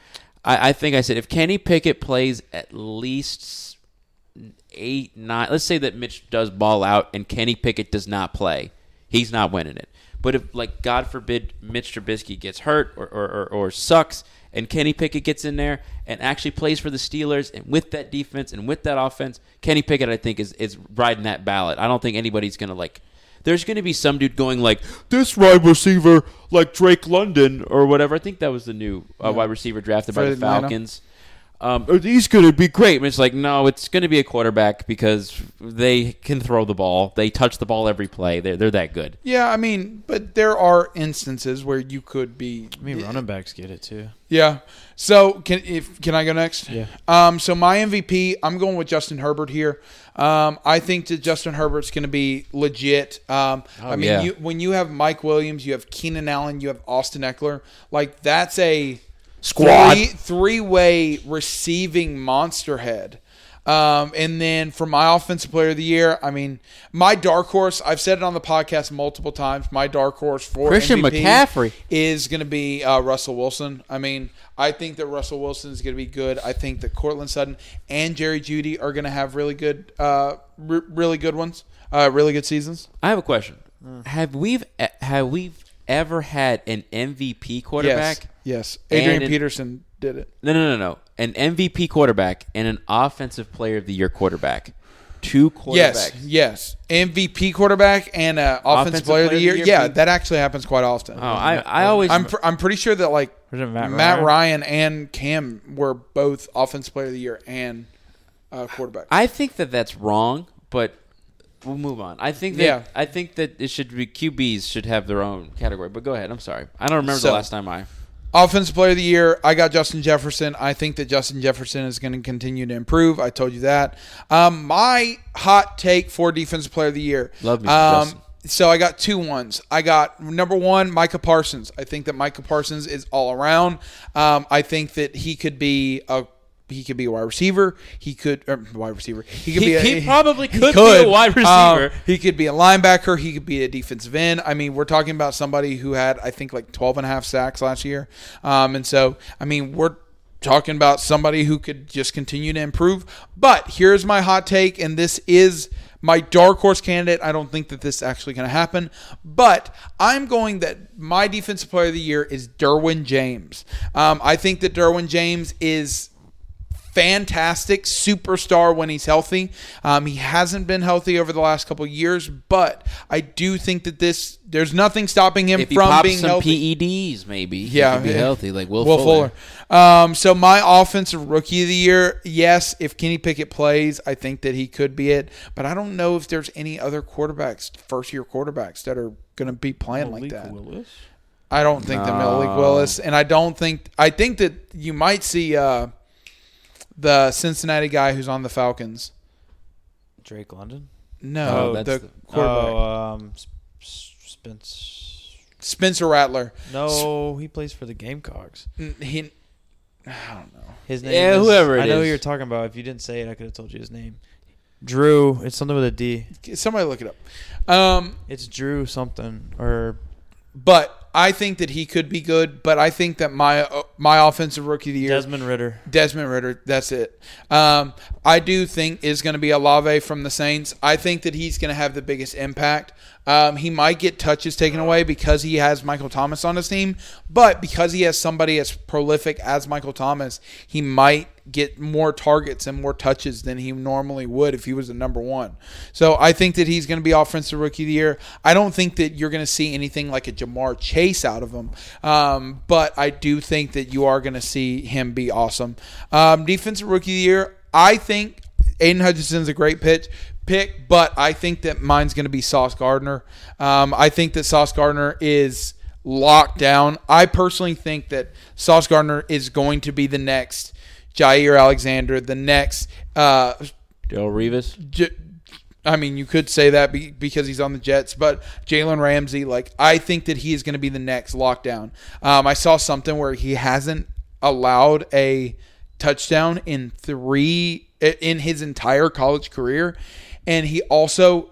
C: I, I think I said if Kenny Pickett plays at least s- eight, nine. Let's say that Mitch does ball out and Kenny Pickett does not play. He's not winning it. But if, like, God forbid, Mitch Trubisky gets hurt or, or, or, or sucks and Kenny Pickett gets in there and actually plays for the Steelers and with that defense and with that offense, Kenny Pickett, I think, is, is riding that ballot. I don't think anybody's going to, like, there's going to be some dude going, like, this wide receiver, like Drake London or whatever. I think that was the new uh, wide receiver drafted by
A: For
C: the
A: Atlanta.
C: Falcons. Um, are these going to be great? And it's like, no, it's going to be a quarterback because they can throw the ball. They touch the ball every play. They're, they're that good.
A: Yeah, I mean, but there are instances where you could be.
B: I mean, running backs get it too.
A: Yeah. So can if can I go next?
B: Yeah.
A: Um. So my MVP, I'm going with Justin Herbert here. Um. I think that Justin Herbert's going to be legit. Um. I mean,
C: Oh, yeah.
A: you, when you have Mike Williams, you have Keenan Allen, you have Austin Eckler. Like that's a
C: Squad.
A: three, three-way receiving monster head. Um, and then for my offensive player of the year, I mean, my dark horse. I've said it on the podcast multiple times. My dark horse for
C: Christian
A: MVP
C: McCaffrey.
A: is going to be uh, Russell Wilson. I mean, I think that Russell Wilson is going to be good. I think that Cortland Sutton and Jerry Judy are going to have really good, uh, re- really good ones, uh, really good seasons.
C: I have a question.
A: Hmm.
C: Have we have we ever had an MVP quarterback?
A: Yes, yes.
C: And
A: Adrian
C: in-
A: Peterson did it.
C: No, no, no, no. An MVP quarterback and an offensive player of the year quarterback. Two quarterbacks.
A: Yes, yes. MVP quarterback and uh, offensive, player, of the year. yeah, that actually happens quite often.
C: Oh, I, I always
A: I'm pr- I'm pretty sure that like
D: Was it Matt
A: Matt Ryan?
D: Ryan?
A: and Cam were both offensive player of the year and uh, quarterback.
C: I think that that's wrong, but we'll move on. I think that
A: Yeah.
C: I think that it should be QBs should have their own category. But go ahead. I'm sorry. I don't remember
A: So-
C: the last time I.
A: Offensive player of the year, I got Justin Jefferson. I think that Justin Jefferson is going to continue to improve. I told you that. Um, my hot take for defensive player of the year.
C: Love me some Justin.
A: um, so I got two ones. I got number one, Micah Parsons. I think that Micah Parsons is all around. Um, I think that he could be a he could be a wide receiver. He could or wide receiver. He could
C: He-
A: be. A,
C: he probably could be a wide receiver.
A: Um, he could be a linebacker. He could be a defensive end. I mean, we're talking about somebody who had, I think, like 12 and a half sacks last year. Um, and so, I mean, we're talking about somebody who could just continue to improve. But here's my hot take, and this is my dark horse candidate. I don't think that this is actually going to happen, but I'm going that my defensive player of the year is Derwin James. Um, I think that Derwin James is fantastic superstar when he's healthy. Um, he hasn't been healthy over the last couple of years, but I do think that this there's nothing stopping him
C: If he
A: from
C: pops
A: being
C: some
A: healthy.
C: PEDs, maybe
A: Yeah,
C: he could be
A: yeah.
C: healthy like Will,
A: Will
C: Fuller.
A: Fuller. Um, so my offensive rookie of the year, yes, if Kenny Pickett plays, I think that he could be it. But I don't know if there's any other quarterbacks, first year quarterbacks, that are going to be playing like that.
B: Willis.
A: I don't think that Malik Willis, and I don't think I think that you might see uh, the Cincinnati guy who's on the Falcons.
B: Drake London.
A: No,
B: Oh,
A: the,
C: that's the-
A: quarterback.
B: Oh, um, S- S- Spence.
A: Spencer Rattler.
B: No, he plays for the Gamecocks.
A: N- He, I don't know.
B: His name.
C: Yeah,
B: is,
C: whoever it
B: I know
C: is.
B: who you're talking about. If you didn't say it, I could have told you his name. Drew. It's something with a D.
A: Somebody look it up. Um,
B: It's Drew something or
A: but I think that he could be good. But I think that my uh, my offensive rookie of the year,
B: Desmond Ritter.
A: Desmond Ritter. That's it. Um, I do think is going to be Alave from the Saints. I think that he's going to have the biggest impact. Um, he might get touches taken away because he has Michael Thomas on his team, but because he has somebody as prolific as Michael Thomas, he might get more targets and more touches than he normally would if he was the number one. So I think that he's going to be offensive rookie of the year. I don't think that you're going to see anything like a Jamar Chase out of him, um, but I do think that you are going to see him be awesome. Um, defensive rookie of the year, I think Aiden Hutchinson's a great pitch pick, but I think that mine's going to be Sauce Gardner. Um, I think that Sauce Gardner is locked down. I personally think that Sauce Gardner is going to be the next Jair Alexander, the next. Uh,
C: Daryl Revis.
A: J- I mean, you could say that be- because he's on the Jets, but Jalen Ramsey, like, I think that he is going to be the next lockdown. Um, I saw something where he hasn't allowed a touchdown in three in his entire college career, and he also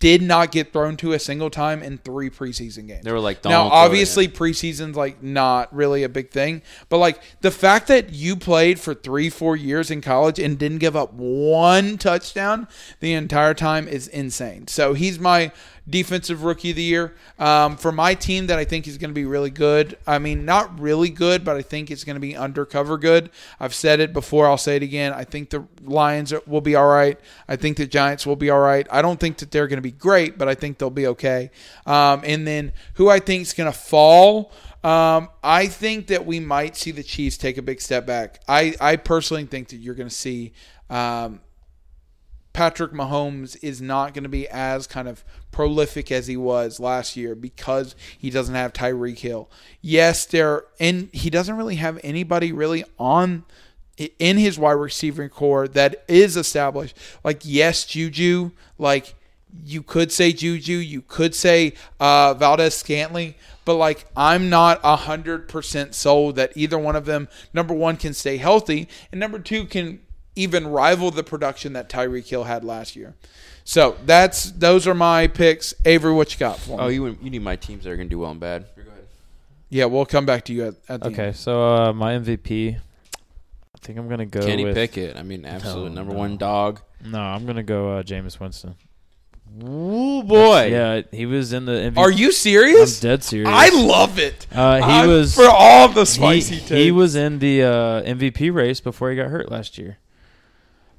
A: did not get thrown to a single time in three preseason games.
C: They were like,
A: now
C: "Don't throw it in."
A: obviously preseason's like not really a big thing, but like the fact that you played for three, four years in college and didn't give up one touchdown the entire time is insane. So he's my defensive rookie of the year um, for my team that I think is going to be really good. I mean, not really good, but I think it's going to be undercover good. I've said it before. I'll say it again. I think the Lions are- will be all right. I think the Giants will be all right. I don't think that they're going to be great, but I think they'll be okay. Um, and then who I think is going to fall. Um, I think that we might see the Chiefs take a big step back. I, I personally think that you're going to see um, Patrick Mahomes is not going to be as kind of prolific as he was last year because he doesn't have Tyreek Hill. Yes, there and he doesn't really have anybody really on in his wide receiving core that is established. Like yes, Juju, like you could say Juju, you could say uh, Valdez Scantling, but like I'm not a hundred percent sold that either one of them, number one, can stay healthy, and number two can even rival the production that Tyreek Hill had last year. So that's those are my picks. Avery, what you got for me?
C: Oh, you you need my teams that are gonna do well and bad. Go ahead.
A: yeah, we'll come back to you at, at the
B: Okay,
A: end.
B: so uh, my MVP, I think I'm gonna go.
C: Kenny
B: with,
C: Pickett. I mean, absolute
B: No,
C: number
B: no.
C: one dog.
B: No, I'm gonna go uh, Jameis Winston.
C: Ooh boy.
B: Yeah, he was in the MVP.
A: Are you
B: I'm
A: serious?
B: dead serious.
A: I love it.
B: Uh, he
A: I'm
B: was
A: for all the
B: he,
A: spicy takes.
B: he was in the uh, MVP race before he got hurt last year.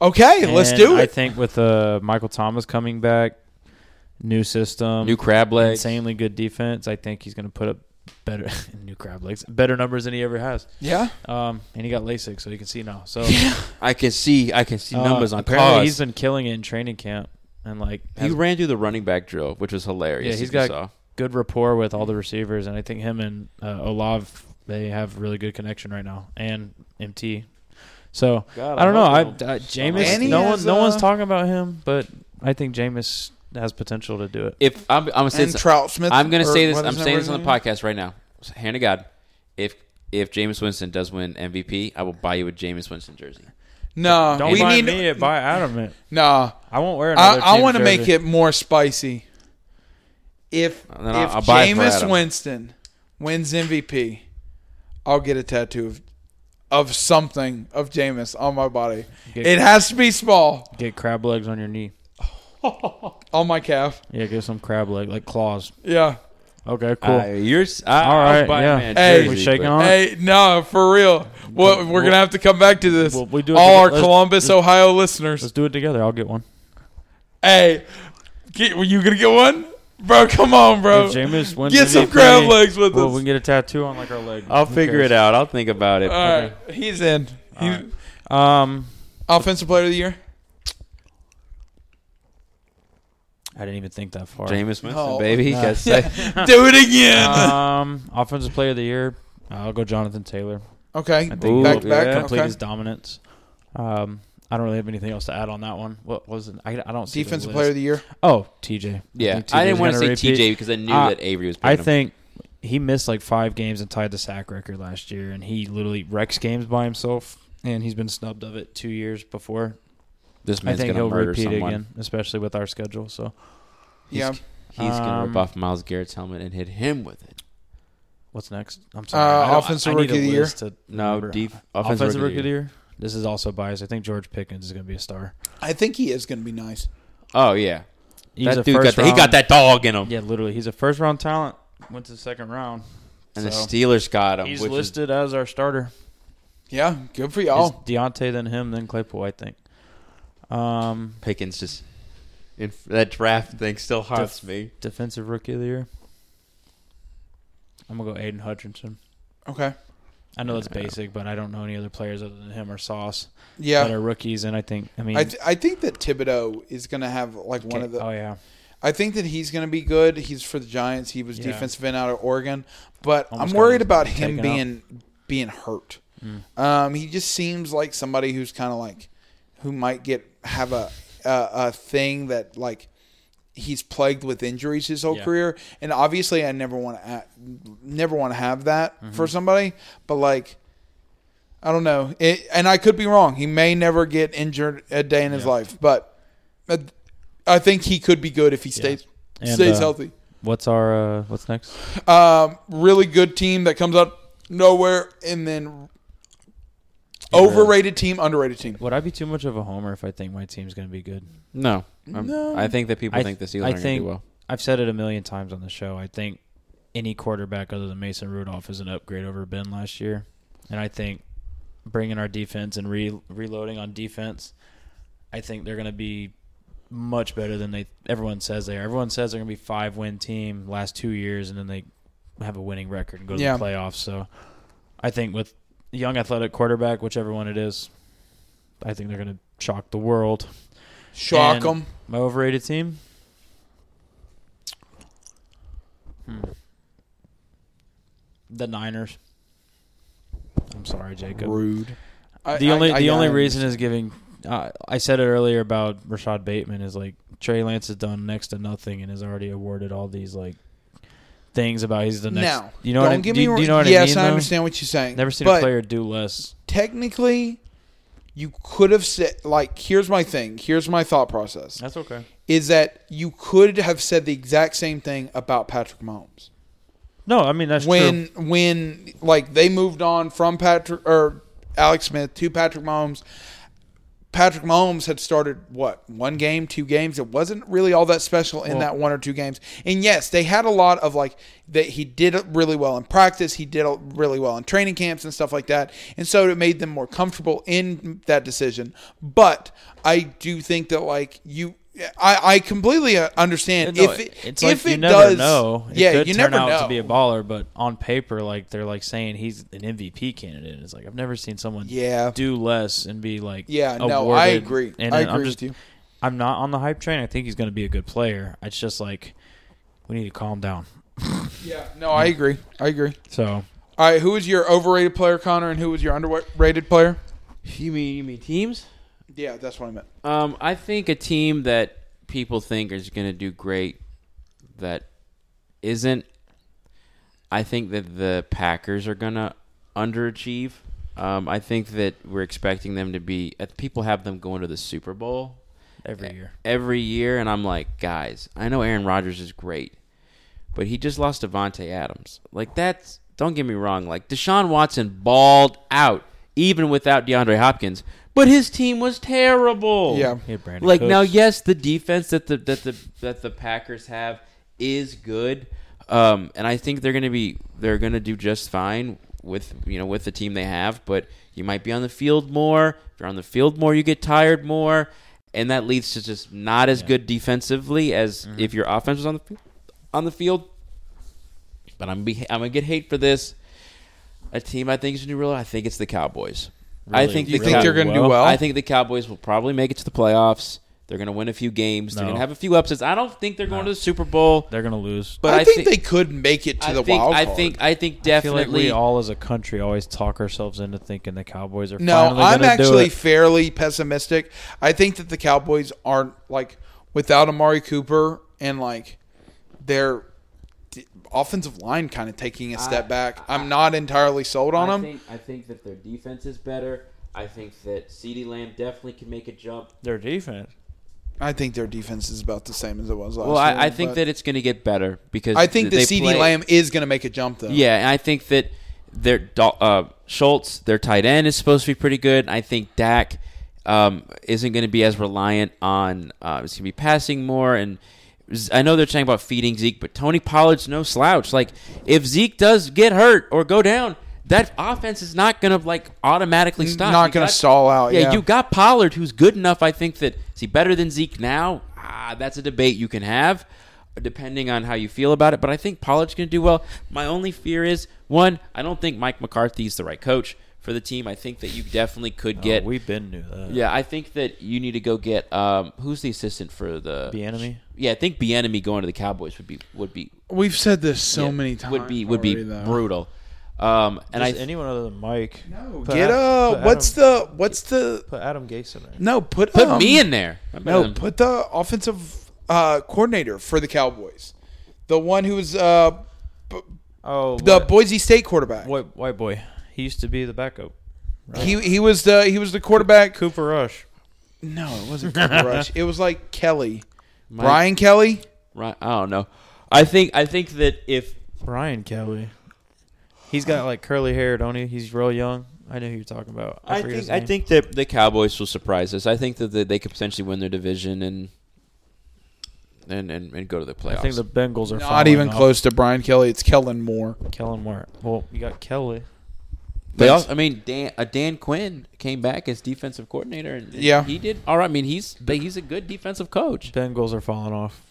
A: okay, let's
B: And
A: do
B: I
A: it.
B: think with uh, Michael Thomas coming back, new system,
C: New crab legs.
B: insanely good defense, I think he's going to put up better new crab legs, better numbers than he ever has.
A: yeah.
B: Um, and he got LASIK, so he can see now. So
C: I can see. I can see
B: uh,
C: numbers on
B: apparently
C: cars.
B: he's been killing it in training camp and like
C: he
B: has
C: ran through the running back drill, which was hilarious.
B: Yeah, he's
C: if you
B: got-
C: saw.
B: good rapport with all the receivers, and I think him and uh, Olav they have really good connection right now, and MT. So I don't know. I, I
A: And
B: Jameis,
A: he
B: no one,
A: has,
B: no one's
A: uh,
B: talking about him, but I think Jameis has potential to do it.
C: if I'm, I'm gonna say
A: And
C: this,
A: Trout Smith.
C: I'm gonna
A: or
C: say this.
A: what
C: I'm
A: is his
C: saying
A: name
C: this on the
A: right
C: podcast right now. Hand to God, if if Jameis Winston does win MVP, I will buy you a Jameis Winston jersey.
A: now? No,
B: Don't
A: we
B: buy
A: need.
B: me it. Buy Adam it.
A: Nah,
B: I won't wear
A: I,
B: another.
A: I
B: team's
A: want to make
B: jersey.
A: it more spicy. If
C: Then I'll-
A: if
C: I'll buy it for
A: Jameis
C: Adam.
A: Winston wins MVP, I'll get a tattoo of of something of Jameis on my body.
B: Get-
A: it has to be small
B: Get crab legs on your knee.
A: on my calf.
B: Yeah, get some crab leg, like claws.
A: Yeah.
B: Okay, cool.
C: Uh, you're s- I,
B: All
C: I'll
B: right,
C: buy
B: yeah.
C: a man a
A: Hey.
C: jersey,
B: We shaking
C: but-
B: on-
A: Hey, no, for real. Well, we're
B: Well-
A: gonna have to come back to this.
B: Well, we do it
A: All our
B: together. Let's-
A: Columbus, Ohio listeners.
B: Let's do it together. I'll get one.
A: hey, get, were you gonna get one, bro? Come on, bro.
B: If Jameis wins
A: Uh, Get some
B: MVP,
A: crab legs with
B: Well,
A: us.
B: we can get a tattoo on like our leg.
C: I'll figure it out. I'll think about it.
A: All right, he's in. He's
B: right. Um,
A: offensive player of the year.
B: I didn't even think that far.
C: Jameis Winston,
A: Oh.
C: baby.
B: Yeah.
C: Guess I-
A: Do it again.
B: um, offensive player of the year. I'll go Jonathan Taylor.
A: okay,
B: I think
C: Ooh,
A: back
B: he'll
A: back.
C: yeah.
B: complete
A: Okay.
B: his dominance. Um, I don't really have anything else to add on that one. What was it? I, I don't see the
A: Defensive
B: list.
A: player of the year.
B: Oh, TJ.
C: Yeah,
B: think
C: I didn't
B: TJ 's
C: want to say
B: gonna repeat.
C: TJ because I knew
B: Uh,
C: that Avery was.
B: I
C: picking him.
B: think he missed like five games and tied the sack record last year, and he literally wrecks games by himself. And he's been snubbed of it two years before.
C: this
B: I
C: man's
B: think
C: gonna
B: he'll
C: murder
B: repeat
C: someone.
B: again, especially with our schedule. So
A: Yeah.
C: He's gonna rip
B: Um,
C: off Miles Garrett's helmet and hit him with it.
B: what's next? I'm sorry.
A: Uh,
B: I don't-
A: offensive
B: I- I need
A: rookie of
B: a
A: the year.
B: list to
C: No,
B: remember. uh,
C: deep
B: offensive, rookie of the year. This is also biased. I think George Pickens is going to be a star.
A: I think he is going to be nice.
C: Oh yeah,
B: He's a
C: that dude got
B: first
C: the, he
B: round-
C: got that dog in him.
B: Yeah, literally, he's a first round talent. Went to the second round.
C: And the
B: So,
C: Steelers got him.
B: He's
C: um, which is-
B: listed as our starter.
A: Yeah, good for
B: Oh. It's
A: y'all.
B: Deontay, then him, then Claypool. I think. Um,
C: Pickens just in that draft thing still haunts me.
B: defensive rookie of the year. I'm gonna go Aiden Hutchinson.
A: Okay.
B: I know that's basic, but I don't know any other players other than him or Sauce that
A: Yeah.
B: are rookies. And I think, I mean,
A: I, th- I think that Thibodeau is going to have like one of the.
B: oh yeah,
A: I think that he's going to be good. He's for the Giants. He was
B: Yeah.
A: defensive end out of Oregon, but
B: Almost
A: I'm worried
B: got
A: about him
B: taken Mm.
A: being being hurt. Um, he just seems like somebody who's kind of like who might get have a, a a thing that like he's plagued with injuries his whole
B: Yeah.
A: career, and obviously I never want to never want to have that for
B: Mm-hmm.
A: somebody, but like. I don't know, it, and I could be wrong. He may never get injured a day in his
B: Yeah.
A: life, but uh, I think he could be good if he stays
B: And,
A: stays
B: uh,
A: healthy.
B: What's our uh, what's next?
A: Um, really good team that comes out nowhere, and then overrated team, underrated team.
B: Would I be too much of a homer if I think my team's going to be good?
C: No, I'm-
A: No.
C: I think that people
B: I
C: think the
B: th-
C: Steelers
B: I
C: are going to
B: think-
C: do well.
B: I've said it a million times on the show. I think any quarterback other than Mason Rudolph is an upgrade over Ben last year, and I think bringing our defense and re- reloading on defense, I think they're going to be much better than they everyone says they are. Everyone says they're going to be five win team last two years, and then they have a winning record and go to
A: Yeah.
B: the playoffs. So I think with a young athletic quarterback, whichever one it is, I think they're going to shock the world.
A: Shock
B: And-
A: them.
B: My overrated team. Hmm. The Niners. I'm sorry, Jacob.
A: Rude. I-
B: the
A: I-
B: only
A: I
B: the
A: got
B: only
A: it.
B: reason is giving. Uh, I said it earlier about Rashad Bateman is like Trey Lance has done next to nothing and is already awarded all these like things about he's the next.
A: now.
B: you know
A: don't
B: what I,
A: give
B: do,
A: me
B: you-
A: wrong-
B: do you know what
A: yes,
B: I mean?
A: I
B: though?
A: understand what you're saying.
B: Never seen
A: but
B: a player do less.
A: Technically, you could have said like, here's my thing. Here's my thought process.
E: That's okay.
A: Is that you could have said the exact same thing about Patrick Mahomes.
B: No, I mean that's true.
A: when when like they moved on from Patrick or Alex Smith to Patrick Mahomes. Patrick Mahomes had started what one game, two games. It wasn't really all that special in that one or two games. And yes, they had a lot of like that. He did really well in practice. He did really well in training camps and stuff like that. And so it made them more comfortable in that decision. But I do think that like you, I, I completely uh, understand
B: No,
A: if it,
B: it's
A: if
B: like you
A: it
B: never
A: does,
B: know. It
A: yeah,
B: could
A: you
B: turn
A: never
B: out
A: know
B: to be a baller, but on paper, like they're like saying he's an MVP candidate. It's like I've never seen someone
A: Yeah.
B: do less and be like
A: Yeah,
B: Awarded.
A: no, I agree.
B: And
A: I
B: I'm
A: agree
B: just-
A: with you.
B: I'm not on the hype train. I think he's going to be a good player. It's just like we need to calm down.
A: Yeah, no, I agree. I agree.
B: So
A: All right, who was your overrated player, Connor, and who was your underrated player?
C: You mean you mean teams?
A: Yeah, that's what I meant.
C: Um, I think a team that people think is going to do great that isn't. I think that the Packers are going to underachieve. Um, I think that we're expecting them to be. uh, People have them going to the Super Bowl
B: every year,
C: every year, and I'm like, guys, I know Aaron Rodgers is great, but he just lost Devonte Adams. Like that's don't get me wrong. Like Deshaun Watson balled out even without DeAndre Hopkins, but his team was terrible.
A: Yeah.
B: Hey, Brandon
C: Like
B: Cooks.
C: now, yes, the defense that the that the that the Packers have is good, um, and I think they're gonna be they're gonna do just fine with you know with the team they have. But you might be on the field more. If you're on the field more, you get tired more, and that leads to just not as good defensively as
A: Mm-hmm.
C: if your offense was on the field. On the field, but I'm be, I'm gonna get hate for this. A team I think is gonna do real. I think it's the Cowboys. I
B: Really?
C: think
A: You
C: the
A: think
C: Cow-
A: they're going to do
B: well?
A: well?
C: I think the Cowboys will probably make it to the playoffs. They're going to win a few games. They're
B: No.
C: going to have a few upsets. I don't think they're going to the Super Bowl,
B: they're going to lose.
C: but
A: I,
C: I,
A: think
C: thi-
A: they could make it to
C: I
A: the
C: think,
A: wild
C: I
A: card.
C: think I think
B: I feel like
C: definitely.
B: we all as a country always talk ourselves into thinking the Cowboys are
A: no,
B: finally
A: I'm
B: gonna do
A: actually
B: it.
A: fairly pessimistic. I think that the Cowboys aren't like without Amari Cooper and like their d- offensive line kind of taking a step back. I'm not entirely sold on them.
C: think, I think that their defense is better. I think that Ceedee Lamb definitely can make a jump.
B: their defense.
A: I think their defense is about the same as it was last
C: Well,
A: year.
C: I, I think
A: but
C: that it's going to get better because
A: I think
C: they
A: that CD
C: play-
A: Lamb is going to make a jump though.
C: Yeah, and I think that their Dol- uh, Schultz, their tight end, is supposed to be pretty good. I think Dak um, isn't going to be as reliant on. Uh, it's going to be passing more, and Z- I know they're talking about feeding Zeke, but Tony Pollard's no slouch. Like if Zeke does get hurt or go down, that offense is not going to like automatically stop.
A: Not
C: You
A: gonna
C: got-
A: stall out, Oh, yeah.
C: you got Pollard, who's good enough. I think that is he better than Zeke now? Ah, that's a debate you can have, depending on how you feel about it. But I think Pollard's going to do well. My only fear is one: I don't think Mike McCarthy's the right coach for the team. I think that you definitely could get.
B: oh, we've been knew that.
C: yeah, I think that you need to go get um, who's the assistant for the
B: Bieniemy?
C: Yeah, I think Bienemy going to the Cowboys would be would be
A: We've said this so
C: yeah,
A: many times.
C: would be would be
A: already, though.
C: brutal. Um, and I
E: Just anyone other than Mike. No,
A: Get up. What's the what's the
E: put Adam Gase in there?
A: no? Put
C: put
A: um,
C: me in there. I'm better
A: No,
C: than-
A: put the offensive uh, coordinator for the Cowboys, the one who was uh, b-
E: Oh,
A: the
E: what-
A: Boise State quarterback.
E: white white boy. He used to be the backup.
A: He he was the he was the quarterback.
E: Cooper Rush.
A: No, it wasn't Cooper Rush. It was like Kelly
C: Mike-
A: Brian Kelly.
C: Ry- I don't know. I think I think that if
B: Brian Kelly. He's got like curly hair, don't he? He's real young. I know who you're talking about. forget
C: I, think
B: his
C: I
B: name.
C: think that the Cowboys will surprise us. I think that that they could potentially win their division and and and, and go to the
D: I
C: playoffs.
D: think the Bengals are
A: Not
D: falling
A: even
D: off.
A: close to Brian Kelly. It's Kellen Moore.
D: Kellen Moore.
B: Well, you got Kelly.
C: They
A: That's-
C: also, I mean, Dan, uh, Dan Quinn came back as defensive coordinator, and, and
A: Yeah.
C: he did all right. I mean, he's but he's a good defensive coach.
B: Bengals are falling off.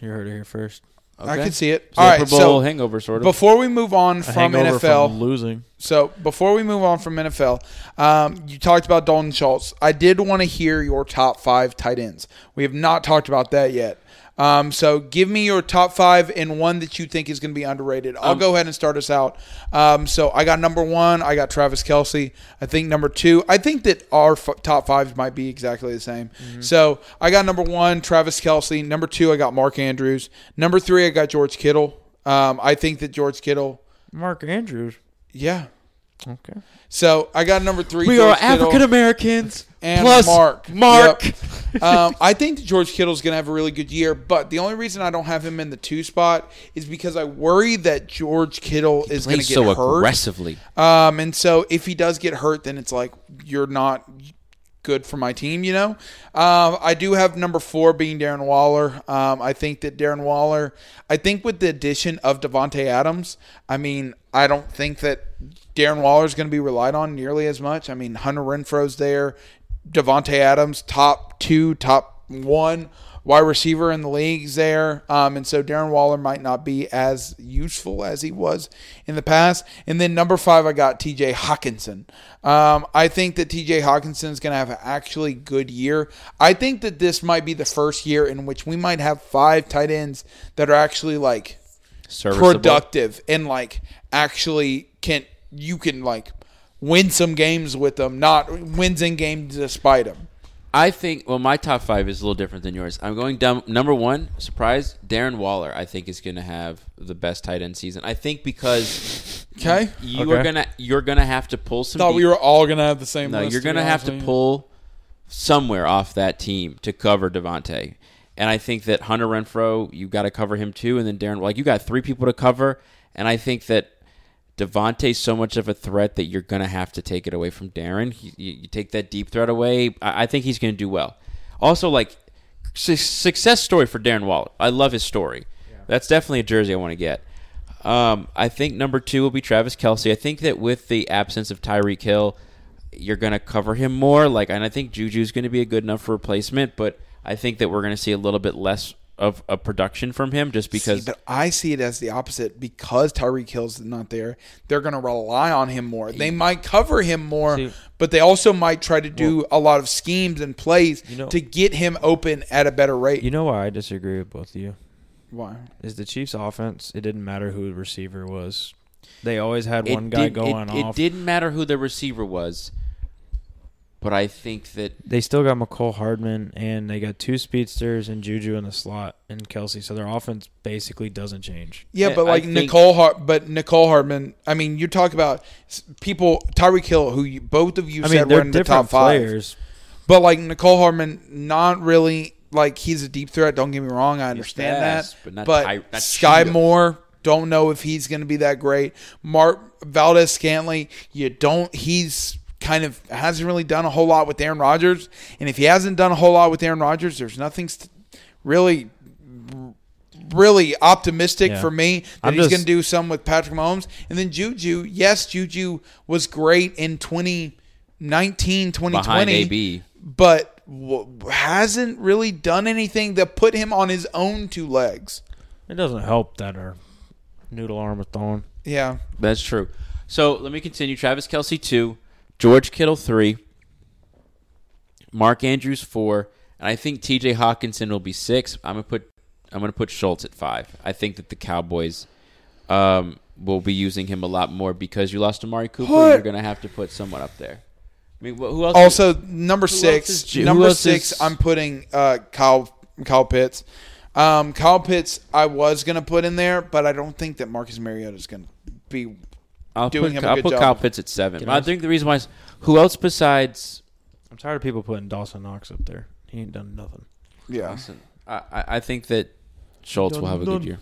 B: You heard it here first.
A: I
C: Okay?
A: can see it.
C: Super
A: All right,
C: Bowl
A: so
C: hangover sort of.
A: before we move on
B: A
A: from
B: hangover
A: NFL,
B: from losing.
A: So before we move on from NFL, um, you talked about Dalton Schultz. I did want to hear your top five tight ends. We have not talked about that yet. Um, so give me your top five and one that you think is going to be underrated. I'll go ahead and start us out. Um, so I got number one. I got Travis Kelsey. I think number two. I think that our f- top fives might be exactly the same. So I got number one, Travis Kelsey. Number two, I got Mark Andrews. Number three, I got George Kittle. Um, I think that George Kittle.
B: Mark Andrews.
A: Yeah,
B: Okay.
A: so I got number three.
C: we are
A: George Kittle
C: African Americans
A: and
C: plus
A: Mark.
C: Mark.
A: Yep. um, I think that George Kittle's going to have a really good year, but the only reason I don't have him in the two spot is because I worry that George Kittle is going to
C: Plays
A: get
C: so
A: hurt.
C: aggressively.
A: Um, and so if he does get hurt, then it's like you're not good for my team, you know. Um, I do have number four being Darren Waller. Um, I think that Darren Waller. I think with the addition of Devonte Adams, I mean, I don't think that Darren Waller is going to be relied on nearly as much. I mean, Hunter Renfro's there, Devonte Adams, top two, top one wide receiver in the leagues there. Um, and so Darren Waller might not be as useful as he was in the past. And then number five, I got TJ Hawkinson. Um, I think that TJ Hawkinson is going to have an actually good year. I think that this might be the first year in which we might have five tight ends that are actually like
C: Serviceable.
A: productive and like actually can you can like win some games with them, not wins in games despite them.
C: I think. Well, my top five is a little different than yours. I'm going down number one. Surprise, Darren Waller. I think is going to have the best tight end season. I think because
A: Okay.
C: you
B: Okay.
C: are gonna you're gonna have to pull some.
A: Thought we
C: deep-
A: were all gonna have the same.
C: No,
A: list,
C: you're going to
A: be
C: have
A: honest
C: to
A: with you.
C: pull somewhere off that team to cover Devontae. And I think that Hunter Renfro, you've got to cover him too. And then Darren, like, you got three people to cover. And I think that Devontae's so much of a threat that you're going to have to take it away from Darren. He, you, you take that deep threat away. I, I think he's going to do well. Also, like, su- success story for Darren Waller. I love his story. That's definitely a jersey I want to get. Um, I think number two will be Travis Kelsey. I think that with the absence of Tyreek Hill, you're going to cover him more. Like, and I think Juju's going to be a good enough replacement, but I think that we're going to see a little bit less of a production from him just because.
A: See, but I see it as the opposite because Tyreek Hill's not there. They're going to rely on him more. They might cover him more,
B: See-
A: but they also might try to do a lot of schemes and plays
B: You know-
A: to get him open at a better rate.
B: You know why I disagree with both of you?
A: Why?
B: Is the Chiefs offense, it didn't matter who the receiver was. They always had
C: it
B: one guy
C: didn't-
B: going
C: it,
B: off.
C: It didn't matter who the receiver was, but I think that
B: They still got McCole Hardman and they got two speedsters and Juju in the slot and Kelsey, so their offense basically doesn't change.
A: Yeah,
C: Yeah,
A: but
C: I
A: like
C: think-
A: Nicole, Har- but Nicole Hardman. I mean, you talk about s- people Tyreek Hill, who you, both of you
B: I mean,
A: said were
B: they're
A: in the top
B: different
A: five.
B: players.
A: But like Nicole Hardman, not really like he's a deep threat. Don't get me wrong, I understand
C: fast,
A: that.
C: but
A: But,
C: not Ty- not
A: Sky
C: Cheetah.
A: Moore, don't know if he's going to be that great. Mark Valdez Scantley, you don't. He's kind of hasn't really done a whole lot with Aaron Rodgers, and if he hasn't done a whole lot with Aaron Rodgers, there's nothing st- really. Really optimistic
B: Yeah.
A: for me that
B: I'm
A: he's
B: just-
A: going to do some with Patrick Mahomes. And then Juju, yes, Juju was great in 2019, 2020
C: behind AB,
A: but w- hasn't really done anything that put him on his own two legs.
B: It doesn't help that our noodle arm is thrown.
A: Yeah.
C: That's true. So let me continue. Travis Kelsey two, George Kittle three, Mark Andrews four, and I think T.J. Hawkinson will be six. I'm gonna put I'm gonna put Schultz at five. I think that the Cowboys um, will be using him a lot more because you lost Amari Cooper.
A: What?
C: You're gonna have to put someone up there. I mean, wh- who else?
A: Also, number six,
C: else is Ju- who
A: number
C: else
A: six,
C: is-
A: I'm putting uh, Kyle Kyle Pitts. Um, Kyle Pitts, I was gonna put in there, but I don't think that Marcus Mariota is gonna be.
C: I'll
A: doing
C: put,
A: him a
C: I'll
A: good
C: put
A: job.
C: Kyle Pitts at seven.
B: Can
C: I,
B: I-
C: think the reason why is who else besides
B: I'm tired of people putting Dawson Knox up there. He ain't done nothing.
A: Yeah.
C: Dawson, I, I- I think that Schultz will have a good year.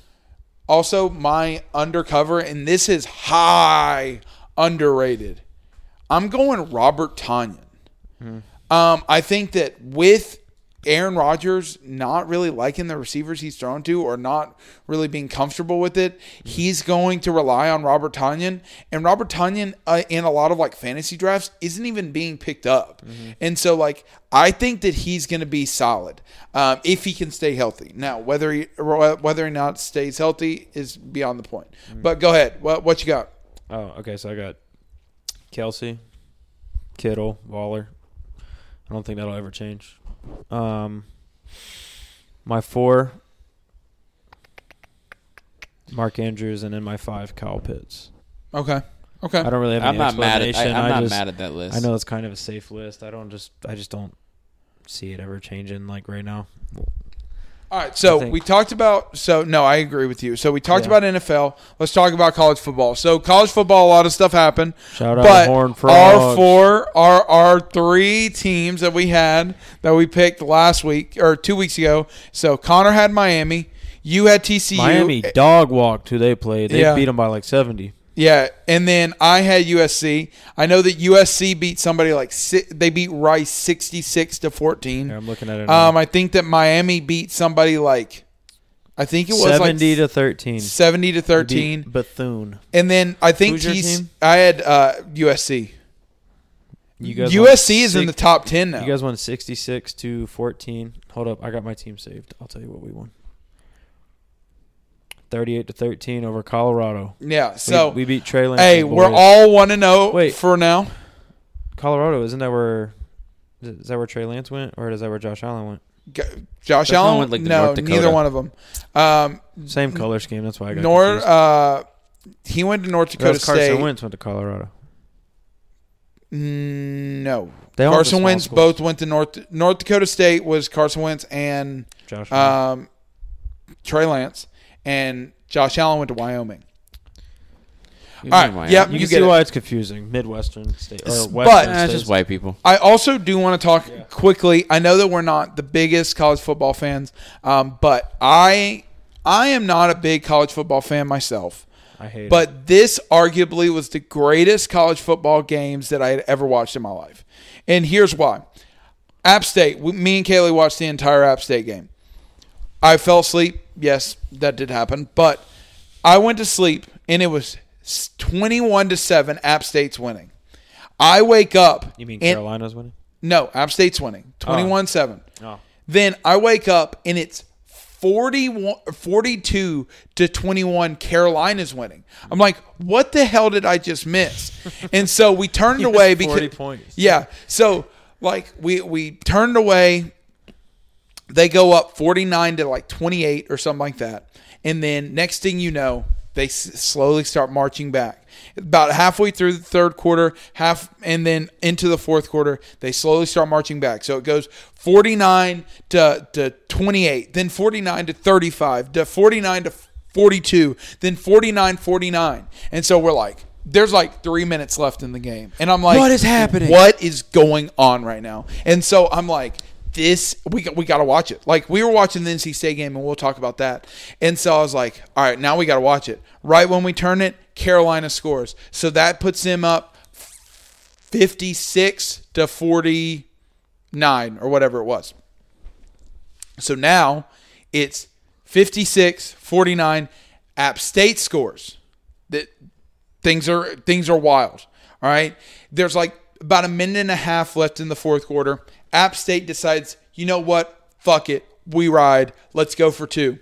A: Also, my undercover, and this is high underrated. I'm going Robert Tanyan. Um, I think that with Aaron Rodgers not really liking the receivers he's thrown to or not really being comfortable with it, he's going to rely on Robert Tanyan. And Robert Tanyan, uh, in a lot of like fantasy drafts, isn't even being picked up. And so, like, I think that he's going to be solid um, if he can stay healthy. Now, whether he whether or not stays healthy is beyond the point. But go ahead. What what you got?
D: Oh, okay. So I got Kelsey, Kittle, Waller. I don't think that'll ever change. Um, my four, Mark Andrews, and then my five, Kyle Pitts.
A: Okay. Okay.
D: I don't really have. Any
C: I'm not mad at I,
D: explanation.
C: am not
D: just-
C: mad at that list.
D: I know it's kind of a safe list. I don't just. I just don't see it ever changing like right now.
A: All right, so
D: I think.
A: we talked about so no, I agree with you. So we talked
D: Yeah.
A: about NFL. Let's talk about college football. So college football, a lot of stuff happened.
D: Shout out
A: But
D: Horn
A: our
D: Frogs.
A: four, our our three teams that we had that we picked last week or two weeks ago. So Connor had Miami. You had TCU.
D: Miami
A: Eh,
D: dog walked who they played. They
A: Yeah.
D: beat them by like seventy.
A: Yeah, and then I had USC. I know that USC beat somebody like si- they beat Rice sixty six to fourteen.
D: Here, I'm looking at it. now.
A: Um, I think that Miami beat somebody like I think it was
D: seventy
A: like
D: to thirteen.
A: 70 to 13.
D: Beat Bethune.
A: And then I think
D: Who's your
A: TC
D: team?
A: I had uh, USC.
D: You
A: USC is in the top 10 now.
D: You guys won 66 to 14. Hold up, I got my team saved. I'll tell you what we won. 38 to 13 over Colorado.
A: yeah,
D: We-
A: so
D: we, beat Trey Lance.
A: hey,
D: and
A: we're
D: boys.
A: all 1 and 0
D: Wait.
A: for now.
D: Colorado, isn't that where is that where Trey Lance went or is that where Josh Allen went?
A: G- Josh
C: That's not
A: Allen
C: one like the
A: no,
C: North Dakota.
A: neither one of them. Um
D: Same color scheme, that's why I got
A: nor
D: confused.
A: uh he went to North
D: That
A: Dakota
D: was Carson
A: State.
D: Wentz went to Colorado.
A: Mm, No.
D: They all went to
A: Carson
D: small
A: Wentz
D: schools.
A: both went to North North Dakota State was Carson Wentz and
D: Josh Allen.
A: um, Trey Lance and Josh Allen went to Wyoming.
C: All
A: right, yep.
D: you,
A: you
D: can
A: get
D: see
A: it.
D: why it's confusing. Midwestern state or Western
A: but-
C: Nah, it's
D: states.
C: just white people.
A: I also do want to talk quickly. I know that we're not the biggest college football fans, um, but I I am not a big college football fan myself.
D: I hate it.
A: But this arguably was the greatest college football games that I had ever watched in my life, and here's why. App State. we- Me and Kaylee watched the entire App State game. I fell asleep. Yes, that did happen. But I went to sleep and it was s- 21 to 7 App State's winning. I wake up.
D: You mean
A: and-
D: Carolina's winning?
A: No, App State's winning. 21 7.
D: Oh.
A: Then I wake up and it's 41, 42 to 21 Carolina's winning. I'm like, what the hell did I just miss? and so we turned away because
D: 40 points.
A: Yeah. So like we we turned away they go up 49 to like 28 or something like that. And then next thing you know, they s- slowly start marching back. About halfway through the third quarter, half and then into the fourth quarter, they slowly start marching back. So it goes 49 to, to 28, then 49 to 35, to 49 to 42, then 49 49. And so we're like, there's like three minutes left in the game. And I'm like,
C: What is happening?
A: What is going on right now? And so I'm like, this we got- we got to watch it. Like we were watching the NC State game, and we'll talk about that. And so I was like, all right, now we got to watch it. Right when we turn it, Carolina scores, so that puts them up fifty six to forty nine or whatever it was. So now it's 56 49 App State scores. That things are things are wild. All right. There's like about a minute and a half left in the fourth quarter. App State decides, "You know what? Fuck it. We ride. Let's go for two.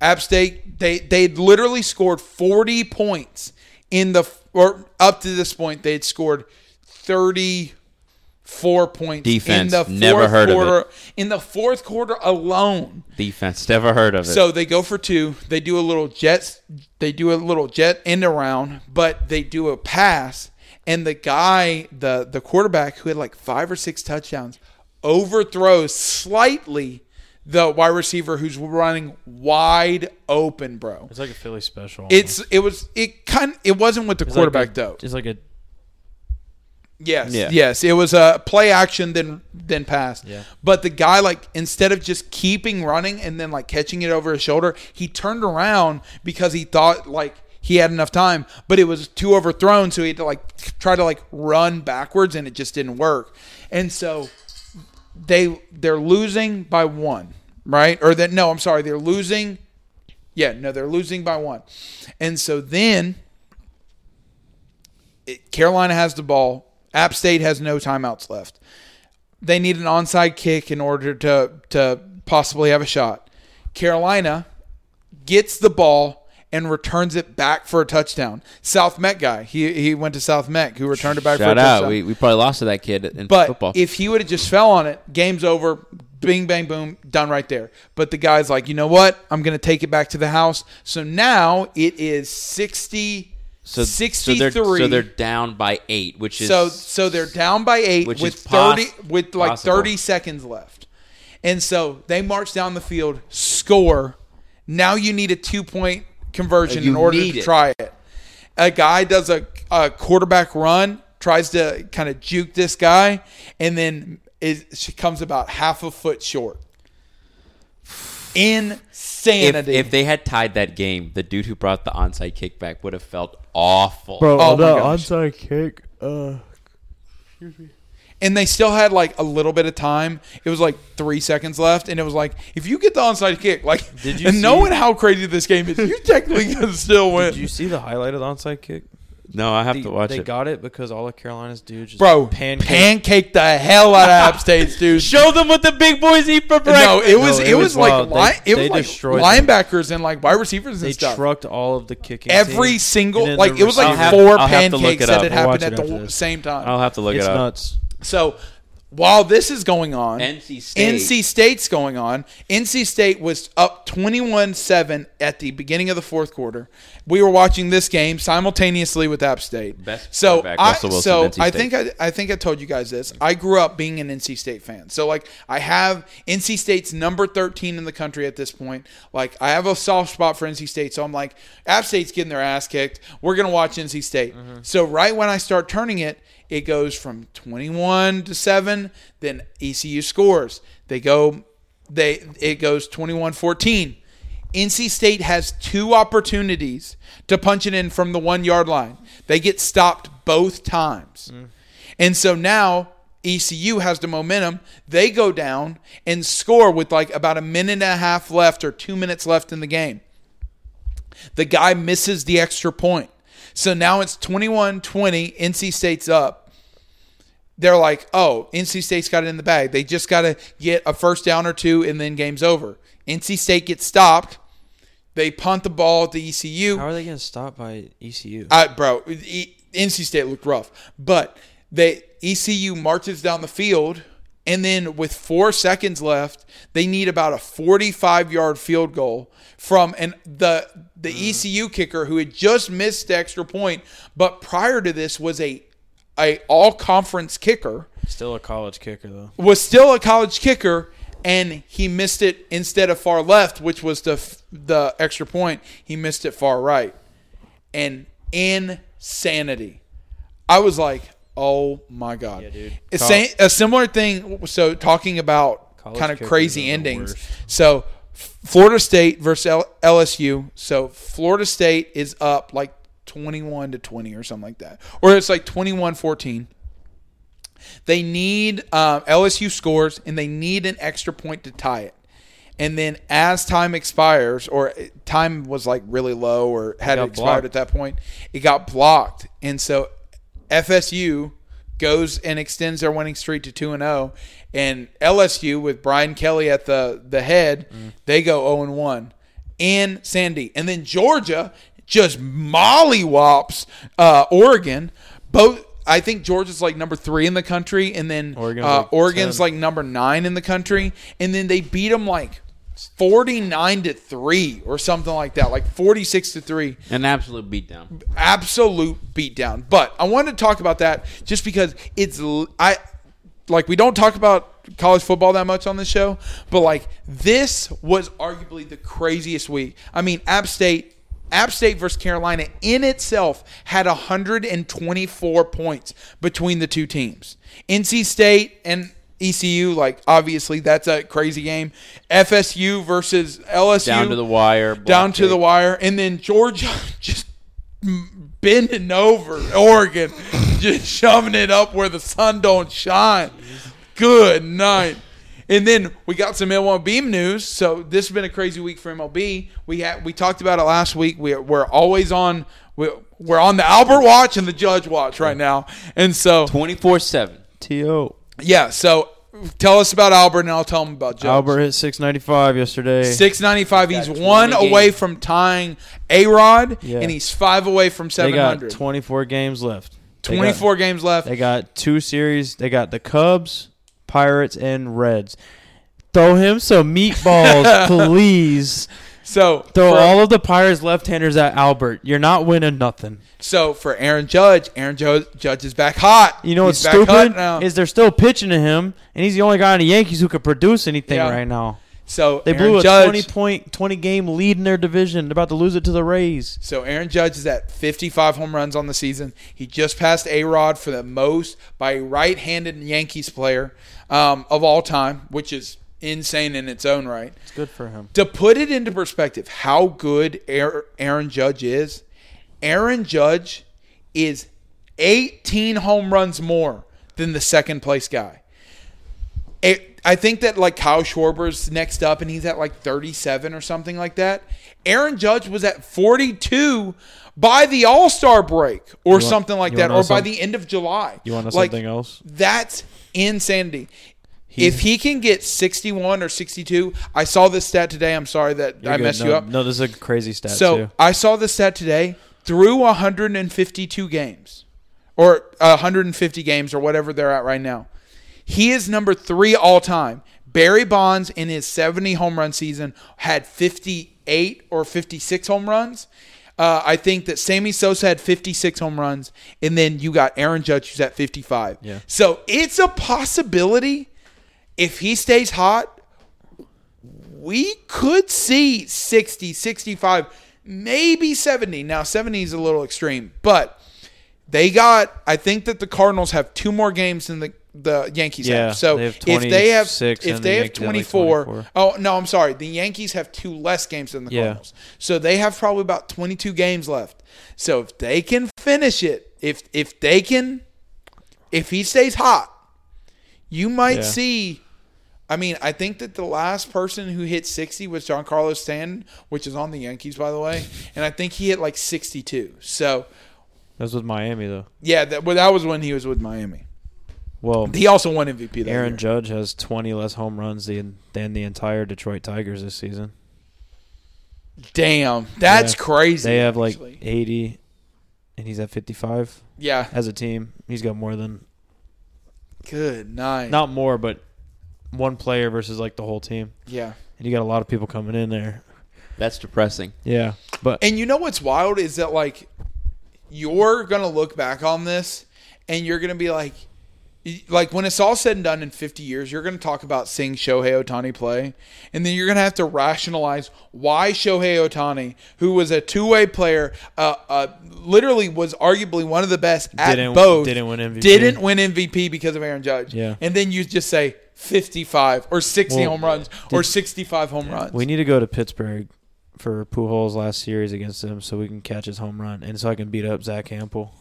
A: App State they they'd literally scored 40 points in the or up to this point they'd scored 34 points
C: Defense.
A: in the fourth
C: Never heard of it.
A: quarter in the fourth quarter alone.
C: Defense. Never heard of it.
A: So they go for two. They do a little jets. They do a little jet end around, but they do a pass, and the guy, the the quarterback who had like five or six touchdowns, overthrows slightly the wide receiver who's running wide open, bro.
D: It's like a Philly special.
A: It's it was it kind it wasn't with the
D: It's like
A: quarterback
D: a-
A: though.
D: It's like a
A: Yes,
C: Yeah.
A: yes, it was a play action then then pass.
D: Yeah.
A: But the guy like instead of just keeping running and then like catching it over his shoulder, he turned around because he thought like he had enough time, but it was too overthrown, so he had to like try to like run backwards and it just didn't work. And so they they're losing by one, right? Or that no, I'm sorry, they're losing. Yeah, no, they're losing by one, and so then it, Carolina has the ball. App State has no timeouts left. They need an onside kick in order to to possibly have a shot. Carolina gets the ball and returns it back for a touchdown. South Met guy, he he went to South Met, who returned it back for a
C: Shout out.
A: touchdown.
C: We, we probably lost to that kid in
A: But
C: football.
A: if he would have just fell on it, game's over. Bing, bang, boom, done right there. But the guy's like, you know what? I'm going to take it back to the house. So now it is 60,
C: so,
A: 63.
C: So they're, so they're down by eight, which is
A: So so they're down by eight
C: Which
A: with
C: is pos-
A: thirty with like
C: possible.
A: thirty seconds left, and so they march down the field, score. Now you need a two point conversion
C: You
A: in order
C: need
A: to
C: it.
A: try it. A guy does a, a quarterback run, tries to kind of juke this guy, and then is she comes about half a foot short.
C: if,
A: Insanity.
C: if they had tied that game, the dude who brought the onside kickback would have felt awful.
B: Bro,
A: Oh my
B: that
A: gosh.
B: onside kick. Uh,
A: and they still had like a little bit of time. It was like three seconds left, and it was like if you get the onside kick, like
B: Did you
A: and
B: see-
A: knowing how crazy this game is, you technically can still win.
B: did you see the highlight of the onside kick?
C: no, I have
B: They-
C: to watch
B: they
C: it.
B: got it because all of Carolina's dudes just
A: Bro, pancake.
B: pancake.
A: the hell out of App State's dude.
C: Show them what the big boys eat for breakfast.
A: no, it was
B: No,
A: it,
B: it
A: was,
B: was
A: like
B: wild. They-
A: li- it
B: they
A: was
B: destroyed
A: like
B: them.
A: linebackers and like wide receivers and
B: they
A: stuff.
B: trucked all of the kicking.
A: Every
B: team,
A: single
B: and then
A: like
B: the
A: it was like
B: receiver-
C: have-
A: four
C: I'll have to look
A: pancakes
C: it
A: that
C: up.
A: had
B: I'll
A: happened
B: watch
A: at
B: it
A: the
B: after
A: w-
B: this.
A: same time.
C: I'll have to look
B: it's
C: it up.
B: nuts.
A: So while this is going on,
C: NC State.
A: NC State's going on. NC State was up 21-7 at the beginning of the fourth quarter. We were watching this game simultaneously with App State.
C: Best
A: so
C: quarterback,
A: I,
C: Russell Wilson,
A: so
C: NC
A: I
C: State.
A: think I, I think I told you guys this. I grew up being an NC State fan. So like I have NC State's number 13 in the country at this point. Like I have a soft spot for NC State. So I'm like App State's getting their ass kicked. We're going to watch NC State. So right when I start turning it, it goes from 21 to 7, then ECU scores. They go they it goes 21-14. NC State has two opportunities to punch it in from the one yard line. They get stopped both times. And so now ECU has the momentum. They go down and score with like about a minute and a half left or two minutes left in the game. The guy misses the extra point. So now it's 21 20. NC State's up. They're like, oh, NC State's got it in the bag. They just got to get a first down or two and then game's over. NC State gets stopped. They punt the E ball to ECU.
B: How are they getting stopped by E ECU?
A: I, bro, e, NC State looked rough, but they ECU marches down the field, and then with four seconds left, they need about a forty-five yard field goal from and the the ECU kicker who had just missed the extra point, but prior to this was a a all conference kicker
D: Still a college kicker though.
A: was still a college kicker and he missed it instead of far left which was the f- the extra point he missed it far right and insanity i was like oh my god
D: dude.
A: It's sa- a similar thing so talking about
D: College
A: kind of
D: kickers
A: crazy
D: are the
A: endings
D: worst.
A: so F- florida state versus L- lsu so florida state is up like 21 to 20 or something like that or it's like 21 14 they need uh, LSU scores and they need an extra point to tie it. And then as time expires, or uh, time was like really low or had
B: got
A: expired
B: blocked.
A: at that point, it got blocked. And so FSU goes and extends their winning streak to 2 and 0 and LSU with Brian Kelly at the the head, they go 0 and 1 and Sandy. And then Georgia just mollywops uh, Oregon. Both I think Georgia's like number 3 in the country and then
B: Oregon's
A: uh,
B: like
A: Oregon's
B: 10.
A: like number 9 in the country and then they beat them like 49 to 3 or something like that, like 46 to 3
C: An absolute beatdown.
A: absolute beatdown. But I wanted to talk about that just because it's l- I like we don't talk about college football that much on this show, but like this was arguably the craziest week. I mean, App State App State versus Carolina in itself had 124 points between the two teams. NC State and ECU, like obviously that's a crazy game. FSU versus LSU
C: Down to the wire, block
A: down to
C: kick.
A: the wire, and then Georgia just m- bending over Oregon, just shoving it up where the sun don't shine. Good night. And then we got some MLB news. So this has been a crazy week for MLB. We had we talked about it last week. We, we're always on. We, we're on the Albert watch and the Judge watch right now. And so
C: twenty four seven.
B: To
A: yeah. So tell us about Albert, and I'll tell him about Judge.
B: Albert hit 695 yesterday.
A: Six ninety five. He's
C: Got
A: one
C: 20
A: away
C: games.
A: from tying A Rod,
B: Yeah.
A: and he's five away from
B: they
A: seven
B: got
A: hundred.
B: 24 games left. They got-
A: Twenty four games left.
B: They got two series. They got the Cubs, Pirates, and Reds. Throw him some meatballs, please.
A: So
B: Throw
A: for,
B: all of the Pirates left-handers at Albert. You're not winning nothing.
A: so for Aaron Judge, Aaron Judge, Judge is back hot.
B: You know what's
A: He's back hot
B: stupid
A: now.
B: is they're still pitching to him, and he's the only guy on the Yankees who could produce anything
A: Yeah.
B: right now.
A: so
B: They
A: Aaron
B: blew a
A: Judge,
B: 20 point, 20 game lead in their division. They're about to lose it to the Rays.
A: So Aaron Judge is at 55 home runs on the season. He just passed A Rod for the most by a right handed Yankees player um, of all time, which is insane in its own right.
B: It's good for him.
A: To put it into perspective, how good Aar- Aaron Judge is, Aaron Judge is 18 home runs more than the second place guy. It, I think that like Kyle Schwarber's next up and he's at like 37 or something like that. Aaron Judge was at 42 by the All Star break or something like
B: you
A: that,
B: wanna know
A: or by
B: some-
A: the end of July.
B: You wanna know
A: Like,
B: something else?
A: That's insanity if he can get 61 or 62, I saw this stat today. I'm sorry that I messed
B: no,
A: you up.
B: No, this is a crazy stat,
A: so
B: too.
A: I saw this stat today through 152 games or uh, 150 games or whatever they're at right now. He is number three all time. Barry Bonds in his 70 home run season had 58 or 56 home runs. Uh, I think that Sammy Sosa had 56 home runs, and then you got Aaron Judge who's at 55.
B: Yeah.
A: So it's a possibility if he stays hot, we could see 60, 65, maybe 70. Now, 70 is a little extreme, but they got, I think that the Cardinals have two more games than the, the Yankees
B: Yeah,
A: have. So
B: they have
A: if they have,
B: 26
A: if
B: and
A: they
B: the
A: have
B: Yankees have like
A: 24,
B: 24.
A: oh, no, I'm sorry. The Yankees have two less games than the
B: Yeah.
A: Cardinals. So they have probably about 22 games left. So if they can finish it, if, if they can, if he stays hot, you might
B: Yeah.
A: see. I mean, I think that the last person who hit 60 was John Carlos Stanton, which is on the Yankees, by the way, and I think he hit like 62. So
B: That's with Miami, though.
A: yeah, that well, that was when he was with Miami.
B: Well,
A: He also won MVP that
B: Aaron
A: year.
B: Judge has 20 less home runs than, than the entire Detroit Tigers this season.
A: Damn, that's
B: Yeah.
A: crazy.
B: They have like
A: actually.
B: 80, and he's at 55
A: yeah,
B: as a team. He's got more than
A: good night.
B: not more, but one player versus like the whole team.
A: Yeah,
B: And you got a lot of people coming in there.
C: That's depressing.
B: Yeah, but
A: and you know what's wild is that like you're gonna look back on this and you're gonna be like like when it's all said and done in 50 years you're gonna talk about seeing shohei otani play and then you're gonna have to rationalize why shohei otani who was a two-way player uh, uh, literally was arguably one of the best at
B: Didn't-
A: both
B: didn't win MVP.
A: didn't win mvp because of aaron judge
B: Yeah.
A: and then you just say 55 or 60
B: Well, uh,
A: home runs or 65 home runs
B: we need to go to Pittsburgh for Pujols' last series against them, so we can catch his home run and so I can beat up Zach Campbell.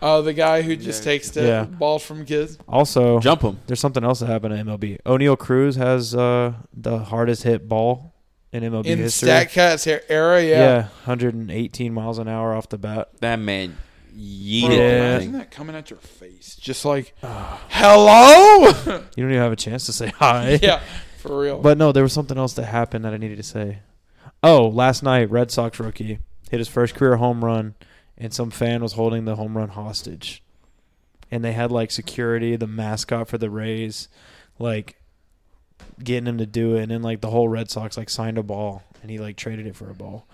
A: uh, the guy who just takes the
B: Yeah.
A: balls from kids
B: Also,
C: Jump him.
B: there's something else that happened in MLB. O'Neill Cruz has uh, the hardest hit ball in MLB
A: in
B: history.
A: Statcast her- era, yeah.
B: yeah. 118 miles an hour off the bat.
C: That man
A: Bro,
C: yeeted
B: Yeah.
C: that
A: Imagine
C: thing.
A: that coming at your face, just like, hello,
B: You don't even have a chance to say hi.
A: yeah, for real.
B: But no, there was something else that happened that I needed to say. Oh, last night, Red Sox rookie hit his first career home run, and some fan was holding the home run hostage. And they had like security, the mascot for the Rays, like getting him to do it. And then like the whole Red Sox like signed a ball, and he like traded it for a ball.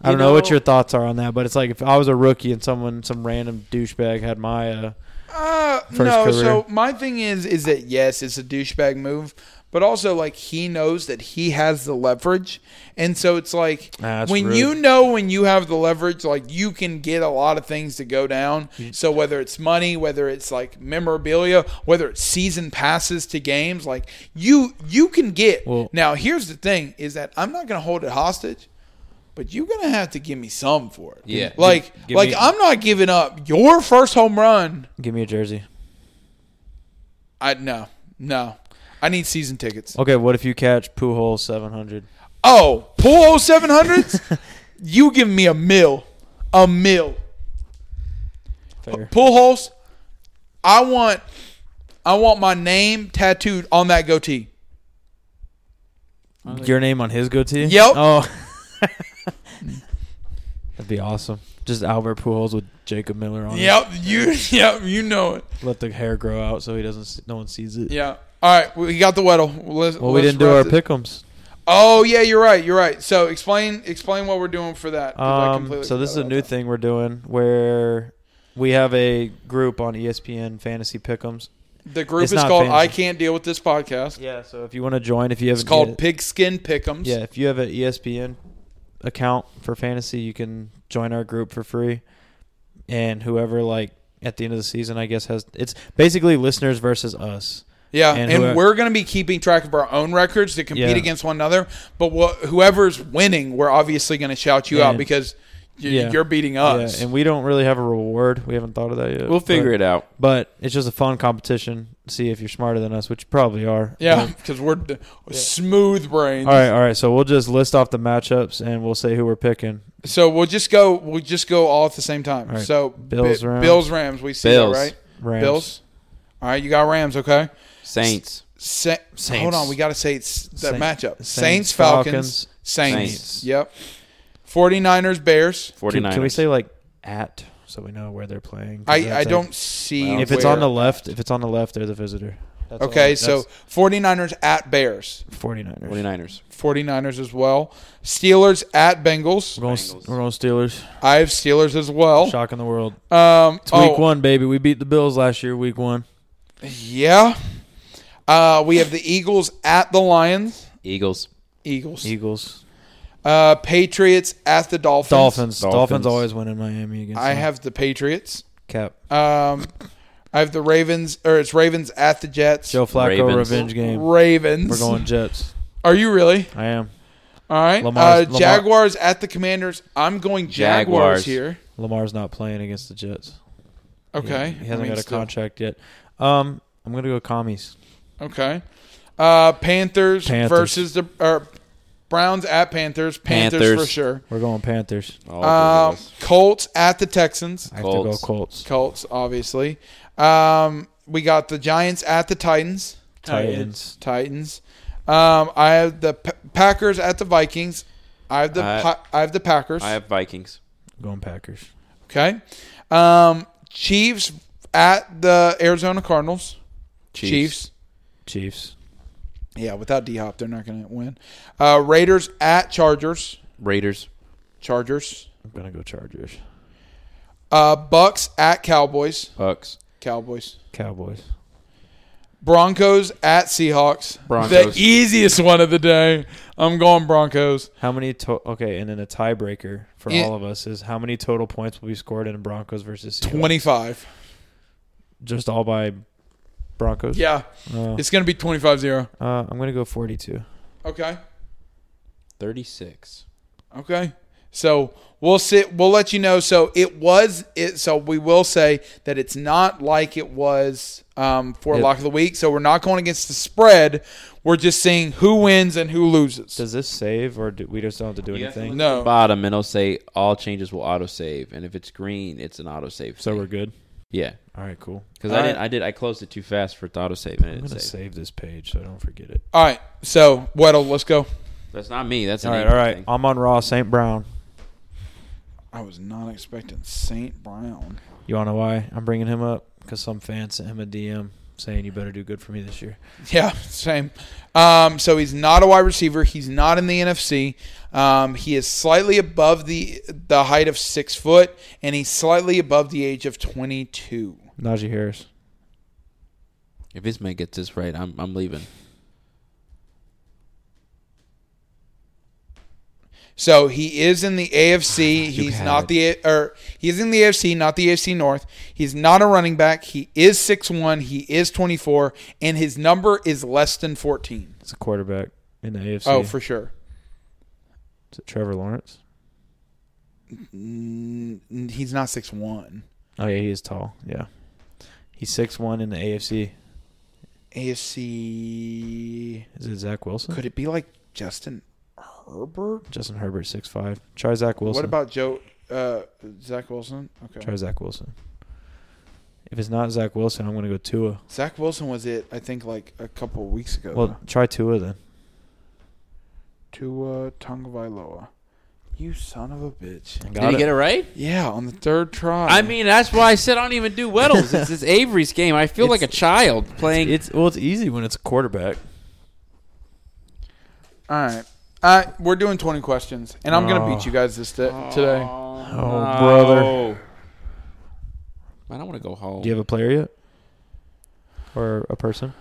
B: I
C: You
B: don't know, what
C: know-
B: your thoughts are on that, but it's like if I was a rookie and someone, some random douchebag, had my uh,
A: Uh,
B: First
A: no.
B: career.
A: So my thing is, is that yes, it's a douchebag move, but also like he knows that he has the leverage, and so it's like
B: Ah, that's
A: when
B: rude.
A: you know when you have the leverage, like you can get a lot of things to go down. So whether it's money, whether it's like memorabilia, whether it's season passes to games, like you you can get.
B: Well-
A: now here's the thing: is that I'm not going to hold it hostage. But you're gonna have to give me some for it.
C: Yeah.
A: Like,
B: Give
A: like
B: me-
A: I'm not giving up your first home run
B: Give me a jersey.
A: I no, no. I need season tickets.
B: Okay, what if you catch Pujols 700?
A: Oh, pool 0700s? you give me a mill. A mill.
B: Fair.
A: Pull holes. I want I want my name tattooed on that goatee.
B: Your name on his goatee?
A: Yep.
B: Oh. That'd be awesome. Just Albert Pujols with Jacob Miller on
A: Yep, you yep, you know it.
B: it. Let the hair grow out so he doesn't s- no one sees it.
A: Yeah. All right, we got the Weddle. Let's,
B: Well, we
A: let's
B: didn't do
A: wrap
B: our
A: this-
B: pick'ems.
A: Oh yeah, you're right. You're right. So explain explain what we're doing for that. 'cause I
B: Um,
A: completely
B: so this is
A: forgot
B: a
A: about
B: new
A: that.
B: thing we're doing where we have a group on E ESPN Fantasy Pick'ems.
A: The group
B: It's
A: is
B: not
A: called
B: fancy.
A: "I Can't Deal with This Podcast."
B: Yeah, so if you want to join, if you have
A: It's called Pigskin Pickums.
B: Yeah, if you have E an ESPN account for fantasy, you can join our group for free. And whoever like at the end of the season, I guess has it's basically listeners versus us.
A: Yeah, and,
B: And whoever-
A: we're going to be keeping track of our own records to compete
B: Yeah.
A: against one another. But wh- whoever's winning, we're obviously going to shout you out
B: And-
A: because y-
B: yeah.
A: you're beating us.
B: Yeah, and we don't really have a reward. We haven't thought of that yet.
C: We'll figure
B: but,
C: it out.
B: But it's just a fun competition. See if you're smarter than us, which you probably are. Um,
A: yeah, because we're d- smooth brains.
B: All right, all right. So we'll just list off the matchups and we'll say who we're picking.
A: So we'll just go. We'll just go all at the same time.
B: All right.
A: So
B: Bills,
A: Bi-
B: Rams.
A: Bills, Rams. We see
C: Bills.
A: that, right?
B: Rams.
A: Bills. All right, you got Rams. Okay.
C: Saints.
A: Sa-
B: Saints.
A: Hold on, we got to say it's the
B: Saint-
A: matchup. Saints,
B: Saints,
A: Falcons,
B: Falcons,
A: Saints.
B: Saints.
A: Yep. 49ers, Bears.
C: 49ers.
B: Can, can we say like at so we know where they're playing? 'Cause
A: I,
B: that's
A: I
B: like-
A: don't see
B: if it's
A: where-
B: on the left, if it's on the left, they're the visitor. That's
A: Okay,
B: all-
A: so 49ers at Bears,
B: that's 49ers.
C: 49ers.
A: 49ers as well. Steelers at Bengals.
B: We're going,
C: Bengals.
B: we're going Steelers.
A: I have Steelers as well.
B: Shocking the world.
A: Um,
B: It's
A: oh,
B: week one, baby. We beat the Bills last year, week one.
A: Yeah. Uh, we have the Eagles at the Lions.
C: Eagles.
A: Eagles.
B: E- Eagles.
A: Uh, Patriots at the Dolphins.
B: Dolphins. Dolphins,
C: Dolphins.
B: always win in Miami against
A: I
B: them.
A: have the Patriots.
B: Cap.
A: Um, I have the Ravens, or it's Ravens at the Jets.
B: Joe Flacco
C: Ravens.
B: revenge game.
A: Ravens.
B: We're going Jets.
A: Are you really?
B: I am.
A: All right.
B: Lamar's-
A: uh,
B: Lamar-
A: Jaguars at the Commanders. I'm going Jaguars,
C: Jaguars.
A: here.
B: Lamar's not playing against the Jets.
A: Okay.
B: He, he
A: I
B: hasn't
A: mean,
B: got a
A: still-
B: contract yet. Um, I'm going to go commies.
A: Okay. Uh, Panthers,
B: Panthers.
A: versus the or Browns at Panthers. Panthers,
C: Panthers.
A: for sure.
B: We're going Panthers.
C: All
A: Um,
C: Eagles.
A: Colts at the Texans.
B: I have
C: Colts.
B: to go Colts.
A: Colts, obviously. Um, we got the Giants at the Titans.
B: Titans.
A: Titans. Um, I have the P- Packers at the Vikings. I have the
C: I-
A: Pa- I have the Packers.
C: I have Vikings.
B: Going Packers.
A: okay. Um, Chiefs at the Arizona Cardinals.
C: Chiefs.
B: Chiefs.
A: Yeah, without D Hop, they're not going to win. Uh, Raiders at Chargers.
C: Raiders.
A: Chargers.
B: I'm going to go Chargers.
A: Uh, Bucks at Cowboys.
C: Bucks.
A: Cowboys.
B: Cowboys.
A: Broncos at Seahawks.
C: Broncos.
A: The easiest one of the day. I'm going Broncos.
B: How many to- okay, and then a tiebreaker for
A: Yeah.
B: all of us is how many total points will be scored in Broncos versus Seahawks?
A: 25.
B: Just all by Broncos.
A: Yeah,
B: Oh.
A: it's going to be 25 0.
B: Uh, I'm gonna go 42.
A: Okay.
C: 36.
A: Okay. So we'll sit. We'll let you know. So it was it. So we will say that it's not like it was um, for
B: Yep.
A: lock of the week. So we're not going against the spread. We're just seeing who wins and who loses.
B: Does this save or do we just don't have to do
C: You have to
B: anything?
A: No.
C: Bottom, and it'll say all changes will auto save. And if it's green, it's an auto save.
B: So we're good.
C: Yeah.
B: All right, cool.
C: Because
A: All
C: I didn't. I did. I closed it too fast for auto save, and it
B: I'm
C: didn't
B: gonna
C: save.
B: save this page so I don't forget it.
A: All right. So Weddle, let's go.
C: That's not me. That's
B: All
C: an
B: right,
C: April
B: all right.
C: thing.
B: I'm on Raw St. Brown.
A: I was not expecting Saint Brown.
B: You wanna know why I'm bringing him up? Because some fan sent him a DM saying you better do good for me this year.
A: Yeah, same. Um, so he's not a wide receiver. He's not in the NFC. Um, he is slightly above the the height of six foot, and he's slightly above the age of twenty two.
B: Najee Harris.
C: If this man gets this right, I'm I'm leaving.
A: So he is in the AFC.
C: You
A: He's
C: had
A: not
C: it.
A: the or he's in the AFC, not the AFC North. He's not a running back. He is 6'1, he is 24 and his number is less than 14.
B: It's a quarterback in the AFC.
A: Oh, for sure.
B: Is it Trevor Lawrence.
A: Mm, He's not 6'1.
B: Oh yeah, he is tall. Yeah, he's six one in the AFC.
A: AFC
B: Is it Zach Wilson?
A: Could it be like Justin Herbert?
B: Justin Herbert six five. Try Zach Wilson.
A: What about Joe uh, Zach Wilson? Okay.
B: try Zach Wilson? If it's not Zach Wilson, I'm gonna go Tua.
A: Zach Wilson was it, I think, like a couple weeks ago.
B: Well, try Tua then.
A: Tua Tagovailoa. You son of a bitch.
B: I
C: Did you get it right?
A: Yeah, on the third try.
C: I mean, that's why I said I don't even do Weddles. It's this Avery's game. I feel like a
B: It's-
C: child playing.
B: It's well, it's easy when it's a quarterback.
A: all right. Uh, we're doing 20 questions, and I'm going
B: Oh.
A: to beat you guys this t- today.
B: Oh, brother.
C: I don't want to go home.
B: Do you have a player yet, or a person?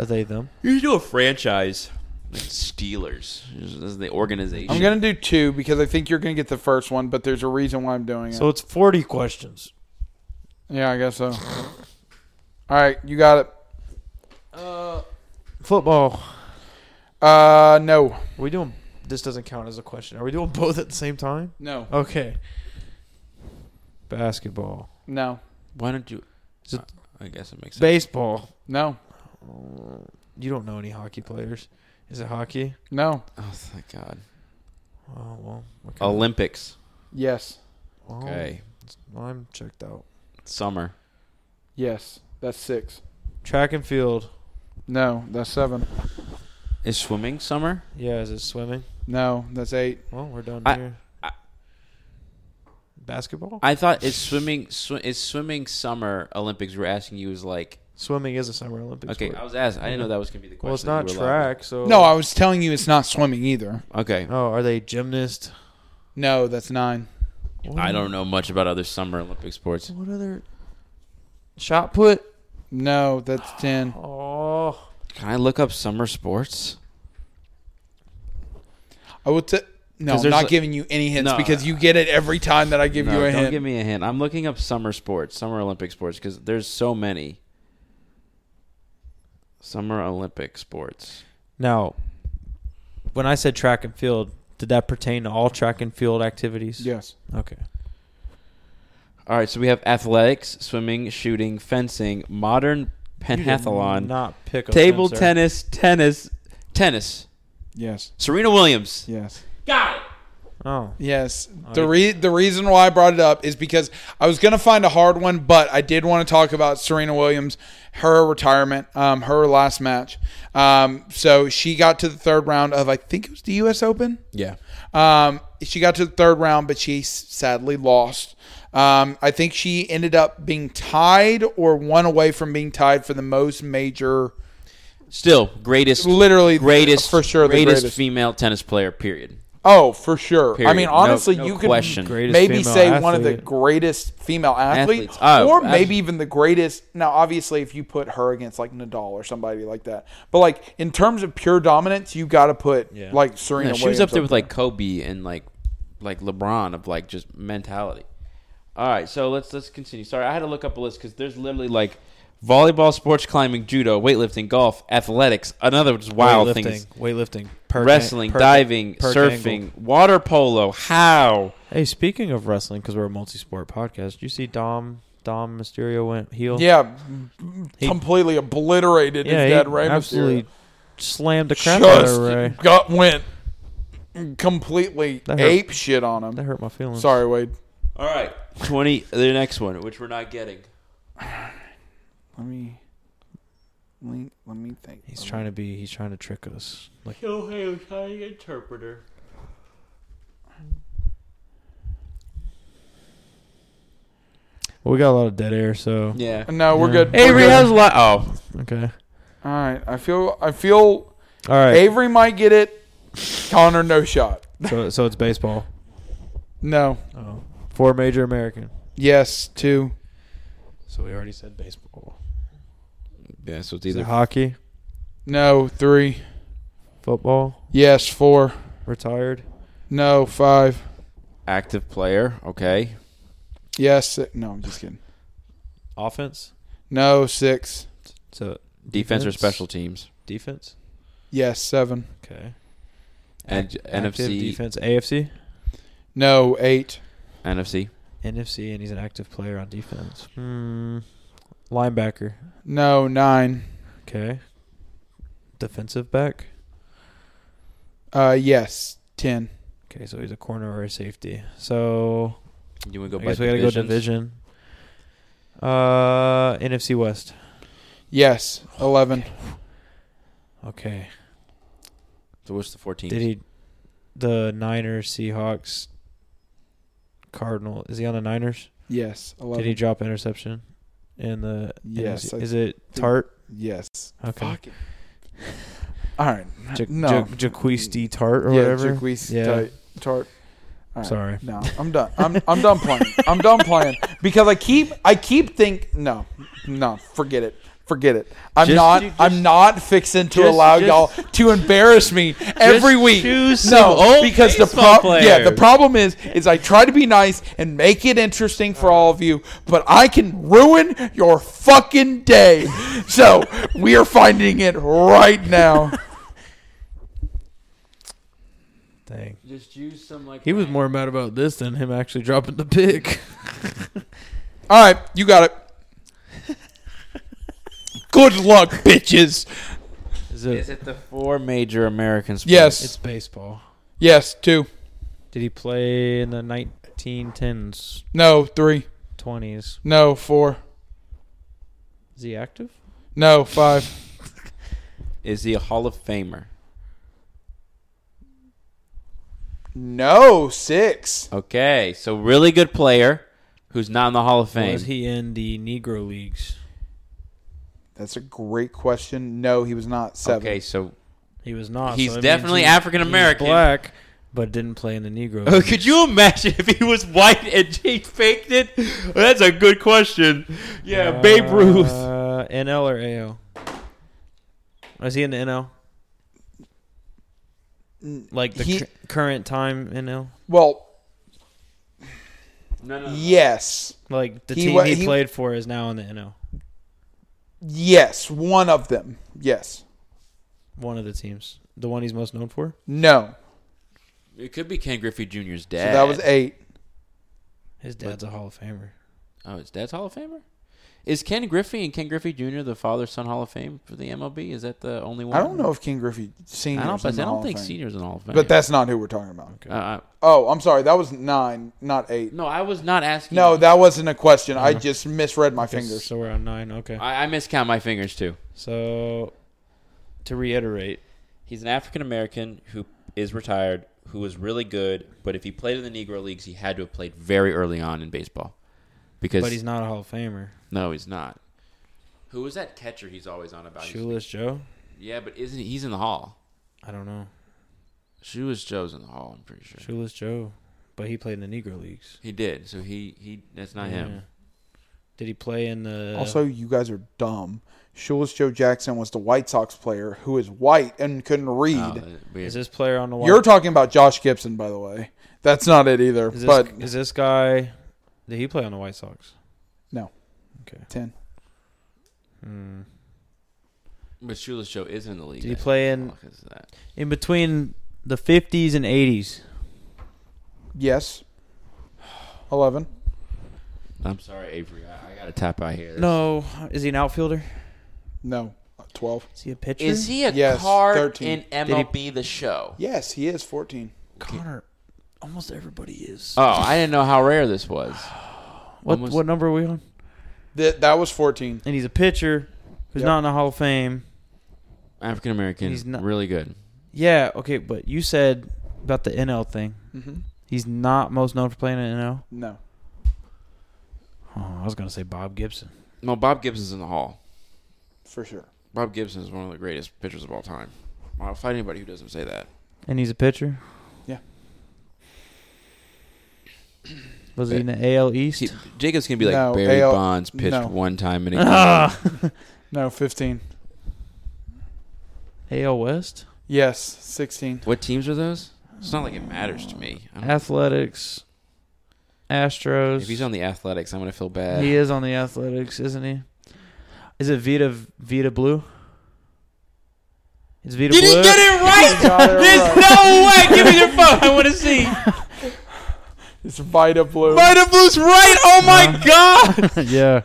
B: Are they them?
C: You should do a franchise. Like Steelers. This is the organization.
A: I'm going to do two because I think you're going to get the first one, but there's a reason why I'm doing it.
B: So it's forty questions.
A: yeah, I guess so. all right, you got it.
B: Football.
A: Uh, no.
B: Are we doing? This doesn't count as a question. Are we doing both at the same time?
A: No.
B: Okay. Basketball.
A: No.
C: Why don't you?
B: Is it-
C: I guess it makes sense.
B: Baseball.
A: No.
B: Uh, You don't know any hockey players. Is it hockey?
A: No.
C: Oh, thank God.
B: Oh well. Okay.
C: Olympics.
A: Yes.
B: Well,
C: Okay.
B: I'm checked out.
C: Summer.
A: Yes. That's six.
B: Track and field.
A: No. That's seven.
C: Is swimming summer?
B: Yeah. Is it swimming?
A: No. That's eight.
B: Well, we're done
C: I-
B: here.
C: I-
B: Basketball.
C: I thought is swimming sw- is swimming summer Olympics. We're asking you is like
B: swimming is a summer Olympic.
C: okay.
B: sport.
C: I was asked. I didn't know that was gonna be the question.
B: well, it's
C: You
B: not
C: were laughing.
B: track. So
A: No, I was telling you it's not swimming either.
C: Okay.
B: Oh, are they gymnast?
A: No, that's nine.
B: What
C: I
B: are-
C: don't know much about other summer Olympic sports.
B: What other? Shot put.
A: No, that's ten.
B: Oh.
C: Can I look up summer sports?
A: I will. T- no,
C: 'Cause
A: I'm
C: there's
A: not
C: a-
A: giving you any hints
C: No.
A: because you get it every time that I give
C: No,
A: you a
C: don't
A: hint.
C: give me a hint. I'm looking up summer sports, summer Olympic sports, because there's so many summer Olympic sports.
B: Now, when I said track and field, did that pertain to all track and field activities?
A: yes.
B: Okay.
C: All right, so we have athletics, swimming, shooting, fencing, modern
B: You did
C: pentathlon,
B: Not pick a
C: table
B: fencer.
C: tennis, tennis, tennis.
A: Yes.
C: Serena Williams.
A: Yes.
B: Oh.
A: Yes.
B: I-
A: The re- the reason why I brought it up is because I was gonna find a hard one, but I did want to talk about Serena Williams, her retirement, um, her last match. Um, so she got to the third round of I think it was the U.S. Open.
C: Yeah.
A: Um, she got to the third round, but she s- sadly lost. Um, I think she ended up being tied or one away from being tied for the most major,
C: Still, greatest,
A: literally
C: greatest,
A: for sure, the
C: greatest,
A: greatest.
C: female tennis player. Period.
A: oh, for sure. I
C: Period.
A: mean,
C: No-
A: honestly,
C: no
A: you could
C: question.
B: Greatest
A: maybe
B: female
A: say one of the
B: athlete.
A: greatest female athlete,
C: Athletes. Oh,
A: or
C: abs-
A: maybe even the greatest. Now, obviously, if you put her against like Nadal or somebody like that, but like in terms of pure dominance, you got to put
B: Yeah.
A: like Serena.
C: No, she was up
A: Williams
C: there with like Kobe and like like LeBron of like just mentality. All right, so let's let's continue. Sorry, I had to look up a list because there's literally like volleyball, sports climbing, judo, weightlifting, golf, athletics, another just wild
B: weightlifting.
C: thing, is
B: Weightlifting. Perk-
C: wrestling,
B: perk-
C: diving,
B: perk
C: surfing,
B: angle.
C: water polo. How?
B: Hey, speaking of wrestling, because we're a multi-sport podcast, you see Dom Dom Mysterio went heel.
A: yeah,
B: He-
A: completely obliterated
B: yeah,
A: his
B: he
A: dead Rey Mysterio.
B: absolutely slammed the crap out of Ray.
A: got went completely
B: That hurt.
A: ape shit on
B: That
A: him.
B: hurt my feelings.
A: Sorry, Wade.
C: All right, twenty. The next one, which we're not getting.
A: Let me, let me, let me think.
B: He's trying to be. He's trying to trick us. Like
C: Shohei Ohtani interpreter.
B: well, we got a lot of dead air. So
C: Yeah.
A: No, we're
B: Yeah.
A: good. We're
C: Avery
A: good.
C: has a lot. Oh,
B: okay.
A: All right, I feel, I feel
B: All right.
A: Avery might get it. Connor, no shot.
B: so so it's baseball.
A: No.
B: Oh. Four major American.
A: Yes, two.
B: So we already said baseball.
C: Yeah, so it's
B: Is
C: either
B: it hockey,
A: No, three.
B: football,
A: Yes, four.
B: retired.
A: No, five.
C: active player, okay.
A: Yes, six. no, I'm just kidding.
B: Offense.
A: No, six.
B: So
C: Defense, or
B: Defense.
C: special teams.
B: defense.
A: Yes, seven.
B: Okay.
C: And
B: Active
C: NFC
B: defense. AFC.
A: No, eight.
C: NFC.
B: NFC, and he's an active player on defense. Hmm. Linebacker.
A: No, nine.
B: Okay. Defensive back.
A: Uh, yes, ten.
B: Okay, so he's a corner or a safety. So
C: You want to
B: I
C: go by
B: guess we gotta go
C: divisions?
B: division. Uh, NFC West.
A: Yes, eleven.
B: Okay.
C: So what's the 14th?
B: Did he? The Niners, Seahawks, Cardinal. Is he on the Niners?
A: Yes, eleven.
B: Did he drop interception? In the
A: Yes,
B: NFC?
A: I
B: is it Tart?
A: Yes.
B: Okay.
A: Fuck it. All right.
B: Ja-
A: no.
B: Ja- Jaquisti Tart or
A: yeah,
B: whatever.
A: Jaquise
B: Yeah.
A: Tart. Tart. All right.
B: Sorry.
A: No, I'm done. I'm I'm done playing. I'm done playing because I keep I keep think no, no, forget it. Forget it. I'm
C: Just-
A: not.
C: you just-
A: I'm not fixing to
C: just-
A: allow
C: just-
A: y'all to embarrass me every week.
C: choose some
A: no,
C: old
A: because the
C: baseball
A: problem. Yeah, the
C: players.
A: problem is, is I try to be nice and make it interesting for all of you, but I can ruin your fucking day. So we are finding it right now.
B: Dang.
C: Just use some like
B: He was more mad about this than him actually dropping the pick.
A: All right, you got it. Good luck, bitches.
B: Is it?
C: Is it the four major American sports?
A: Yes.
B: It's baseball.
A: Yes, two.
B: Did he play in the 1910s,
A: No, three.
B: 20s?
A: No, four.
B: Is he active?
A: No, five.
C: Is he a Hall of Famer?
A: No, six.
C: Okay, so really good player who's not in the Hall of Fame.
B: Was he in the Negro Leagues?
A: That's a great question. No, he was not seven.
C: okay, so
B: He was not.
C: He's
B: so that means
C: definitely
B: he-
C: African-American.
B: he's Black, but didn't play in the Negro.
C: Uh,
B: Leagues.
C: Could you imagine if he was white and he faked it? That's a good question. Yeah, Babe Ruth.
B: Uh, NL or AL? Was he in the NL? Like the
A: He-
B: cur- current time NL?
A: Well,
C: No, no.
A: yes.
B: Like the
A: He
B: team
A: wa-
B: he,
A: he-
B: played for is now in the NL.
A: Yes, one of them. Yes.
B: One of the teams. The one he's most known for?
A: No.
C: It could be Ken Griffey Jr.'s
A: So
C: dad.
A: that was eight.
B: His dad's a Hall of Famer.
C: Oh, his dad's Hall of Famer? Is Ken Griffey and Ken Griffey Jr. the father son Hall of Fame for the MLB? Is that the only one?
A: I don't know if King Griffey senior.
C: I don't, but I don't think
A: think senior.
C: seniors in the Hall of Fame.
A: But that's not who we're talking about.
C: Uh, uh,
A: Oh, I'm sorry. That was nine, not eight.
C: no, I was not asking.
A: No, that wasn't a question.
C: Uh-huh.
A: I just misread my fingers.
B: So we're on nine. Okay.
C: I, I miscount my fingers too.
B: So to reiterate,
C: He's an African American who is retired, who is really good, but if he played in the Negro Leagues, he had to have played very early on in baseball. Because
B: but he's not a Hall of Famer.
C: no, he's not. Who was that catcher he's always on about?
B: Shoeless Joe?
C: Yeah, but isn't he, he's in the Hall?
B: I don't know.
C: Shoeless Joe's in the Hall. I'm pretty sure
B: Shoeless Joe. But he played in the Negro Leagues.
C: he did. So he he that's not
B: Yeah.
C: him.
B: Did he play in the
A: Also, you guys are dumb. Shoeless Joe Jackson was the White Sox player who is white and couldn't read.
C: Oh, that- weird.
B: Is this player on the White?
A: You're talking about Josh Gibson, by the way. That's not it either.
B: is this,
A: but
B: is this guy? Did he play on the White Sox?
A: no.
B: Okay.
A: Ten.
B: Hmm.
C: but Shoeless Joe is in the league.
B: Did he
C: then.
B: play
C: What the
B: in
C: fuck is that?
B: in between the fifties and eighties?
A: Yes. Eleven.
C: I'm sorry, Avery. I, I got to tap out here.
B: No. Is he an outfielder?
A: No. Twelve.
B: Is he a pitcher?
C: Is he a
A: Yes,
C: card
A: 13.
C: in
B: he-
C: MLB The Show?
A: Yes, he is fourteen.
B: Connor? Almost everybody is.
C: Oh, I didn't know how rare this was.
B: what
C: almost-
B: what number are we on?
A: Th- that was fourteen.
B: And he's a pitcher who's
A: Yep.
B: not in the Hall of Fame.
C: African American.
B: He's not-
C: really good.
B: Yeah. Okay. But you said about the NL thing.
A: Mm-hmm.
B: He's not most known for playing in NL.
A: No.
B: Oh, I was gonna say Bob Gibson.
C: No, Bob Gibson's in the Hall.
A: For sure.
C: Bob Gibson is one of the greatest pitchers of all time. I'll fight anybody who doesn't say that.
B: And he's a pitcher.
A: Yeah.
D: Was he in the AL East?
C: See, Jacob's gonna be like
A: No,
C: Barry
A: AL
C: Bonds pitched
A: no.
C: one time in a game.
D: Ah.
A: No, 15.
D: AL West?
A: Yes, 16.
C: what teams are those? It's not like it matters to me. I don't-
D: Athletics. Astros.
C: if he's on the Athletics, I'm gonna feel bad.
D: he is on the Athletics, isn't he? Is it Vita Vita Blue? It's Vita
C: You
D: Blue.
C: didn't get it right.
A: Got it
C: There's
A: right.
C: no way. Give me your phone. I want to see.
A: It's Vita Blue.
C: Vita Blue's right. Oh my god.
B: yeah.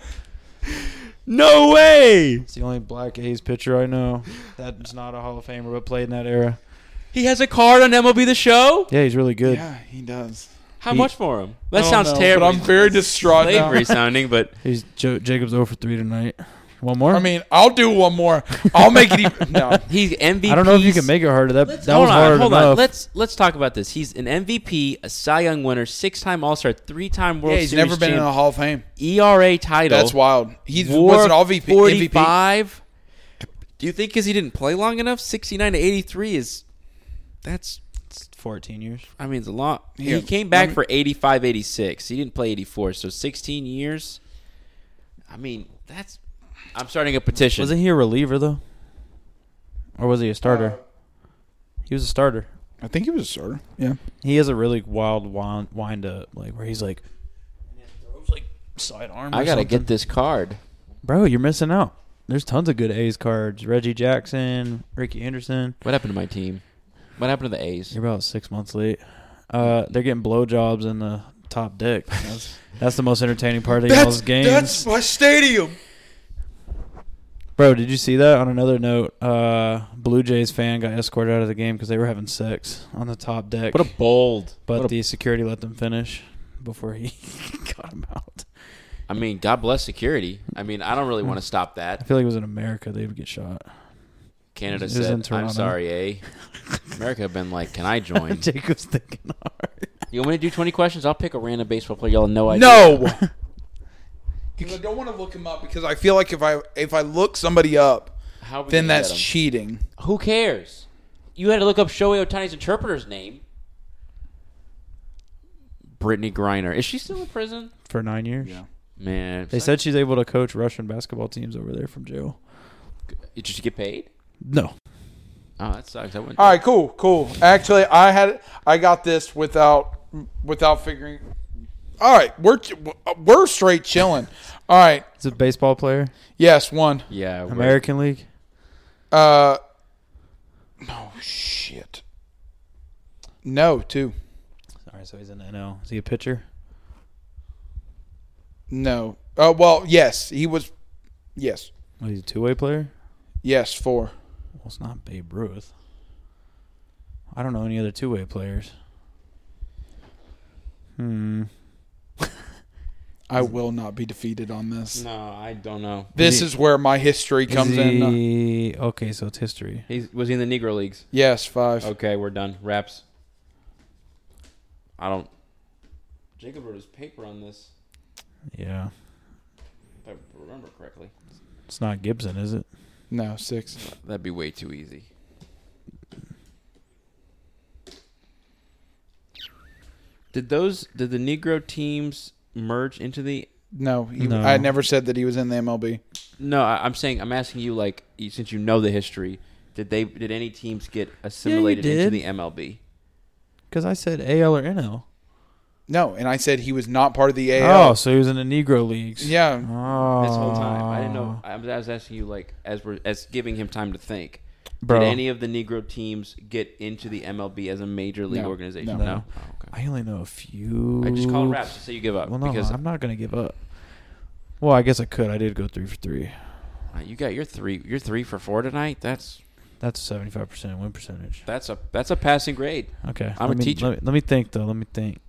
C: No way.
B: It's the only black A's pitcher I know that's not a Hall of Famer but played in that era.
C: He has a card on MLB The Show.
B: Yeah, he's really good.
A: Yeah, he does.
C: How
B: He-
C: much for him? That
A: I don't
C: sounds
A: know,
C: terrible.
A: But I'm very distraught now.
C: slavery sounding, but
B: He's jo- Jacob's 0 for 3 tonight. One more?
A: I mean, I'll do one more. I'll make it even. No.
C: he's MVP.
B: I don't know if you can make it harder. That
C: Let's,
B: that
C: hold
B: was
C: on,
B: hard
C: hold
B: enough.
C: on. Let's let's talk about this. He's an MVP, a Cy Young winner, six-time All-Star, three-time World
A: Yeah, he's
C: Series
A: never been in
C: champ,
A: a Hall of Fame.
C: ERA title.
A: That's wild. He
C: WAR
A: was an all VP, MVP.
C: 45. Do you think because he didn't play long enough, 69 to 83 is that's
B: 14 years.
C: I mean, it's a lot.
A: Yeah.
C: He came back
A: I mean-
C: for 85, 86. He didn't play 84, so 16 years. I mean, that's. I'm starting a petition.
B: Wasn't he a reliever though? Or was he a starter? Uh, he was a starter.
A: I think he was a starter. Yeah.
B: He has a really wild wind, wind up, like where he's like, throws like sidearm.
C: I
B: or
C: gotta
B: something.
C: get this card.
B: bro. You're missing out. There's tons of good A's cards. Reggie Jackson, Ricky Anderson.
C: What happened to my team? What happened to the A's?
B: You're about six months late. Uh, they're getting blowjobs in the top deck. That's, that's the most entertaining part of y'all's games.
A: that's my stadium.
B: Bro, did you see that? On another note, uh, Blue Jays fan got escorted out of the game because they were having sex on the top deck.
C: What a bold.
B: but
C: what a-
B: the security let them finish before he got him out.
C: I mean, God bless security. I mean, I don't really want to stop
B: I
C: that.
B: feel like it was in America they would get shot. It
C: Canada
B: was in
C: said, "I'm
B: Toronto.
C: sorry, eh." America have been like, "Can I join?"
B: Jacob's thinking hard.
C: You want me to do 20 questions? I'll pick a random baseball player. Y'all have no idea.
A: No. Because I don't want to look him up because I feel like if I if I look somebody up,
C: How are we
A: then
C: gonna
A: that's
C: get 'em?
A: cheating.
C: Who cares? You had to look up Shohei Otani's interpreter's name. Brittany Griner. Is she still in prison?
B: For nine years.
A: Yeah.
C: Man.
B: They said she's able to coach Russian basketball teams over there from jail.
C: Did she get paid?
B: No.
C: Oh, that sucks. I wouldn't.
A: All right, cool, cool. Actually, I had I got this without without figuring. All right, we're we're straight chilling. All right,
B: Is it baseball player?
A: yes, one.
C: Yeah. we're-
B: American League?
A: Uh, no shit. No, two.
B: All right, so he's in the NL. Is he a pitcher?
A: No. Oh well, yes, he was. Yes,
B: Well, he's a two way player?
A: yes, four.
B: Well, it's not Babe Ruth. I don't know any other two way players. Hmm.
A: I will not be defeated on this.
C: No, I don't know.
A: This
B: Is he-
A: is where my history comes
B: Is
A: in.
B: he- uh, Okay, so it's history.
C: He's, was he in the Negro Leagues?
A: Yes, five.
C: Okay, we're done. Wraps. I don't. Jacob wrote his paper on this,
B: Yeah.
C: if I remember correctly.
B: It's not Gibson, is it?
A: No, six.
C: That'd be way too easy. Did those did the Negro teams merge into the?
A: No, he,
B: No.
A: I never said that he was in the MLB.
C: No, I, I'm saying I'm asking you like you- since you know the history, did they did any teams get assimilated into
B: did.
C: the MLB?
B: Because I said AL or NL.
A: No, and I said he was not part of the
B: Oh,
A: AL.
B: so he was in the Negro leagues.
A: Yeah,
B: Oh.
C: This whole time, I didn't know. I was, I was asking you like as we're as giving him time to think.
B: Bro.
C: Did any of the Negro teams get into the MLB as a major league
A: No.
C: organization?
A: No.
C: No.
B: No.
C: Oh, okay.
B: I only know a few.
C: I just called raps to say you give up
B: Well, no,
C: because
B: I'm not going to give up. Uh, Well, I guess I could. I did go three for three.
C: Uh, you got your three. You're three for four tonight. That's
B: That's seventy-five percent win percentage.
C: that's a that's a passing grade.
B: Okay,
C: I'm
B: let
C: a
B: me,
C: teacher.
B: Let me, let me think though. Let me think.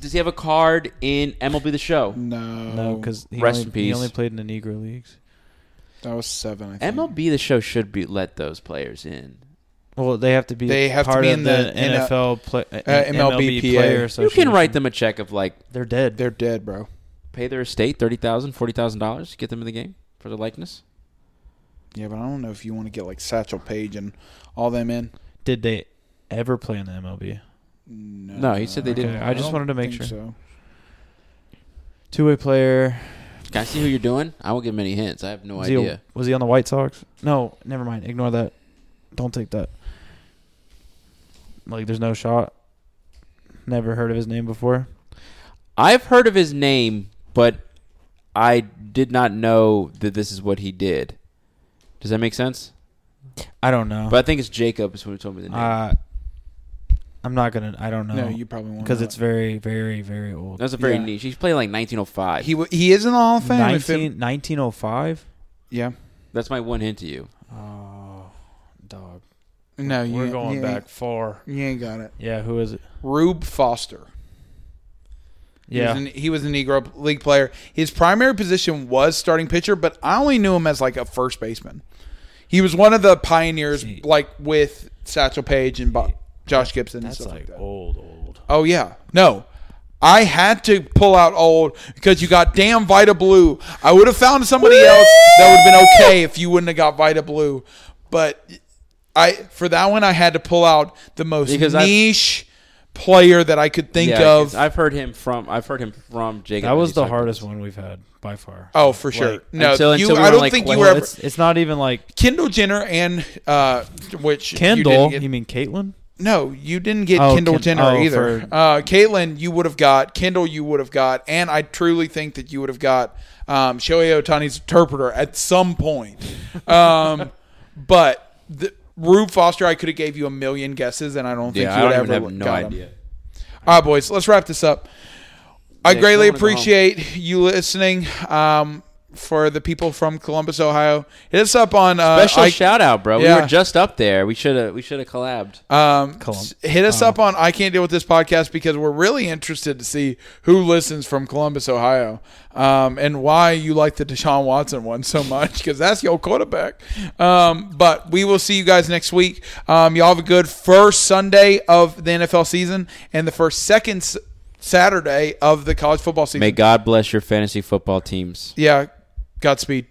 C: Does he have a card in MLB The Show?
A: no,
B: Oh. No, because he,
C: Rest
B: only-
C: in peace.
B: he only played in the Negro leagues.
A: that was seven. I think.
C: MLB The Show should be let those players in.
B: Well, they have to be.
A: They have to
B: part
A: be
B: of
A: in
B: the,
A: the N-
B: NFL play, uh,
A: MLB
B: MLB,
A: PA.
B: player.
C: You
B: Association.
C: can write them a check of like
B: They're dead.
A: They're dead, bro.
C: pay their estate thirty thousand, forty thousand dollars, get them in the game for the likeness.
A: Yeah, but I don't know if you want to get like Satchel Paige and all them in.
B: Did they ever play in the MLB?
A: No,
C: No, he said they
B: didn't. Okay, I just
A: don't
B: wanted to make
A: think
B: sure.
A: So.
B: Two way player.
C: Can I see who you're doing? I won't give him any hints. I have no
B: Was he,
C: idea.
B: was he on the White Sox? No, never mind. Ignore that. Don't take that. Like, there's no shot. Never heard of his name before.
C: I've heard of his name, but I did not know that this is what he did. Does that make sense?
B: I don't know.
C: But I think it's Jacob is who told me the name.
B: uh, I'm not gonna. I don't know.
A: No, you probably won't.
B: because
A: know
B: it's
A: it.
B: very, very, very old.
C: That's a very
A: yeah.
C: niche. He's playing like 1905.
A: he w- he is in the Hall of Fame. if it-
B: 19, 1905.
A: yeah.
C: That's my one hint to you.
B: Oh, dog.
A: No, you,
B: We're going
A: you
B: back far.
A: Ain't, you ain't got it.
B: Yeah, who is it?
A: Rube Foster. He
B: Yeah,
A: was, an, he was a Negro League player. His primary position was starting pitcher, but I only knew him as like a first baseman. He was one of the pioneers,
B: See.
A: like with Satchel Paige and Bo- Josh Gibson.
B: that's
A: and stuff like,
B: like
A: that.
B: old, old.
A: Oh yeah, no. I had to pull out old because you got damn Vita Blue. I would have found somebody else that would have been okay if you wouldn't have got Vita Blue, but I for that one I had to pull out the most
C: Because I've-
A: niche player that I could think
C: Yeah,
A: of.
C: I've heard him from. I've heard him from Jacob.
B: That was
C: He's
B: the
C: like-
B: hardest one we've had by far.
A: oh, for sure.
B: Like,
A: no,
C: until-
A: you.
C: until we
A: I
C: were,
A: don't
C: like,
A: think you
C: well,
A: were
B: Well,
A: ever
B: it's it's not even like
A: Kendall Jenner and uh, which you didn't
B: Kendall. You,
A: get-
B: mean Caitlin?
A: No, you didn't get
B: Oh,
A: Kendall
B: Ken-
A: Jenner
B: oh,
A: either.
B: for-
A: Uh, Caitlin, you would have got Kendall. You would have got, and I truly think that you would have got um, Shohei Otani's interpreter at some point. Um, but the, Rube Foster, I could have gave you a million guesses, and I don't think
C: Yeah,
A: you
C: I
A: would
C: don't
A: ever
C: even have no
A: got
C: idea.
A: Him. All right, boys, let's wrap this up. I
C: Yeah,
A: greatly
C: I wanna go home.
A: appreciate you listening. Um, for the people from Columbus, Ohio, hit us up on uh,
C: Special
A: I-
C: shout out, bro. We
A: Yeah.
C: were just up there. We should have. We should have collabed.
A: Um,
B: Colum-
A: s- hit us up on I can't deal with this podcast because we're really interested to see who listens from Columbus, Ohio, um, and why you like the Deshaun Watson one so much because that's your quarterback. Um, but we will see you guys next week. Um, y'all have a good first Sunday of the NFL season and the first second s- Saturday of the college football season.
C: May God bless your fantasy football teams.
A: yeah, Godspeed.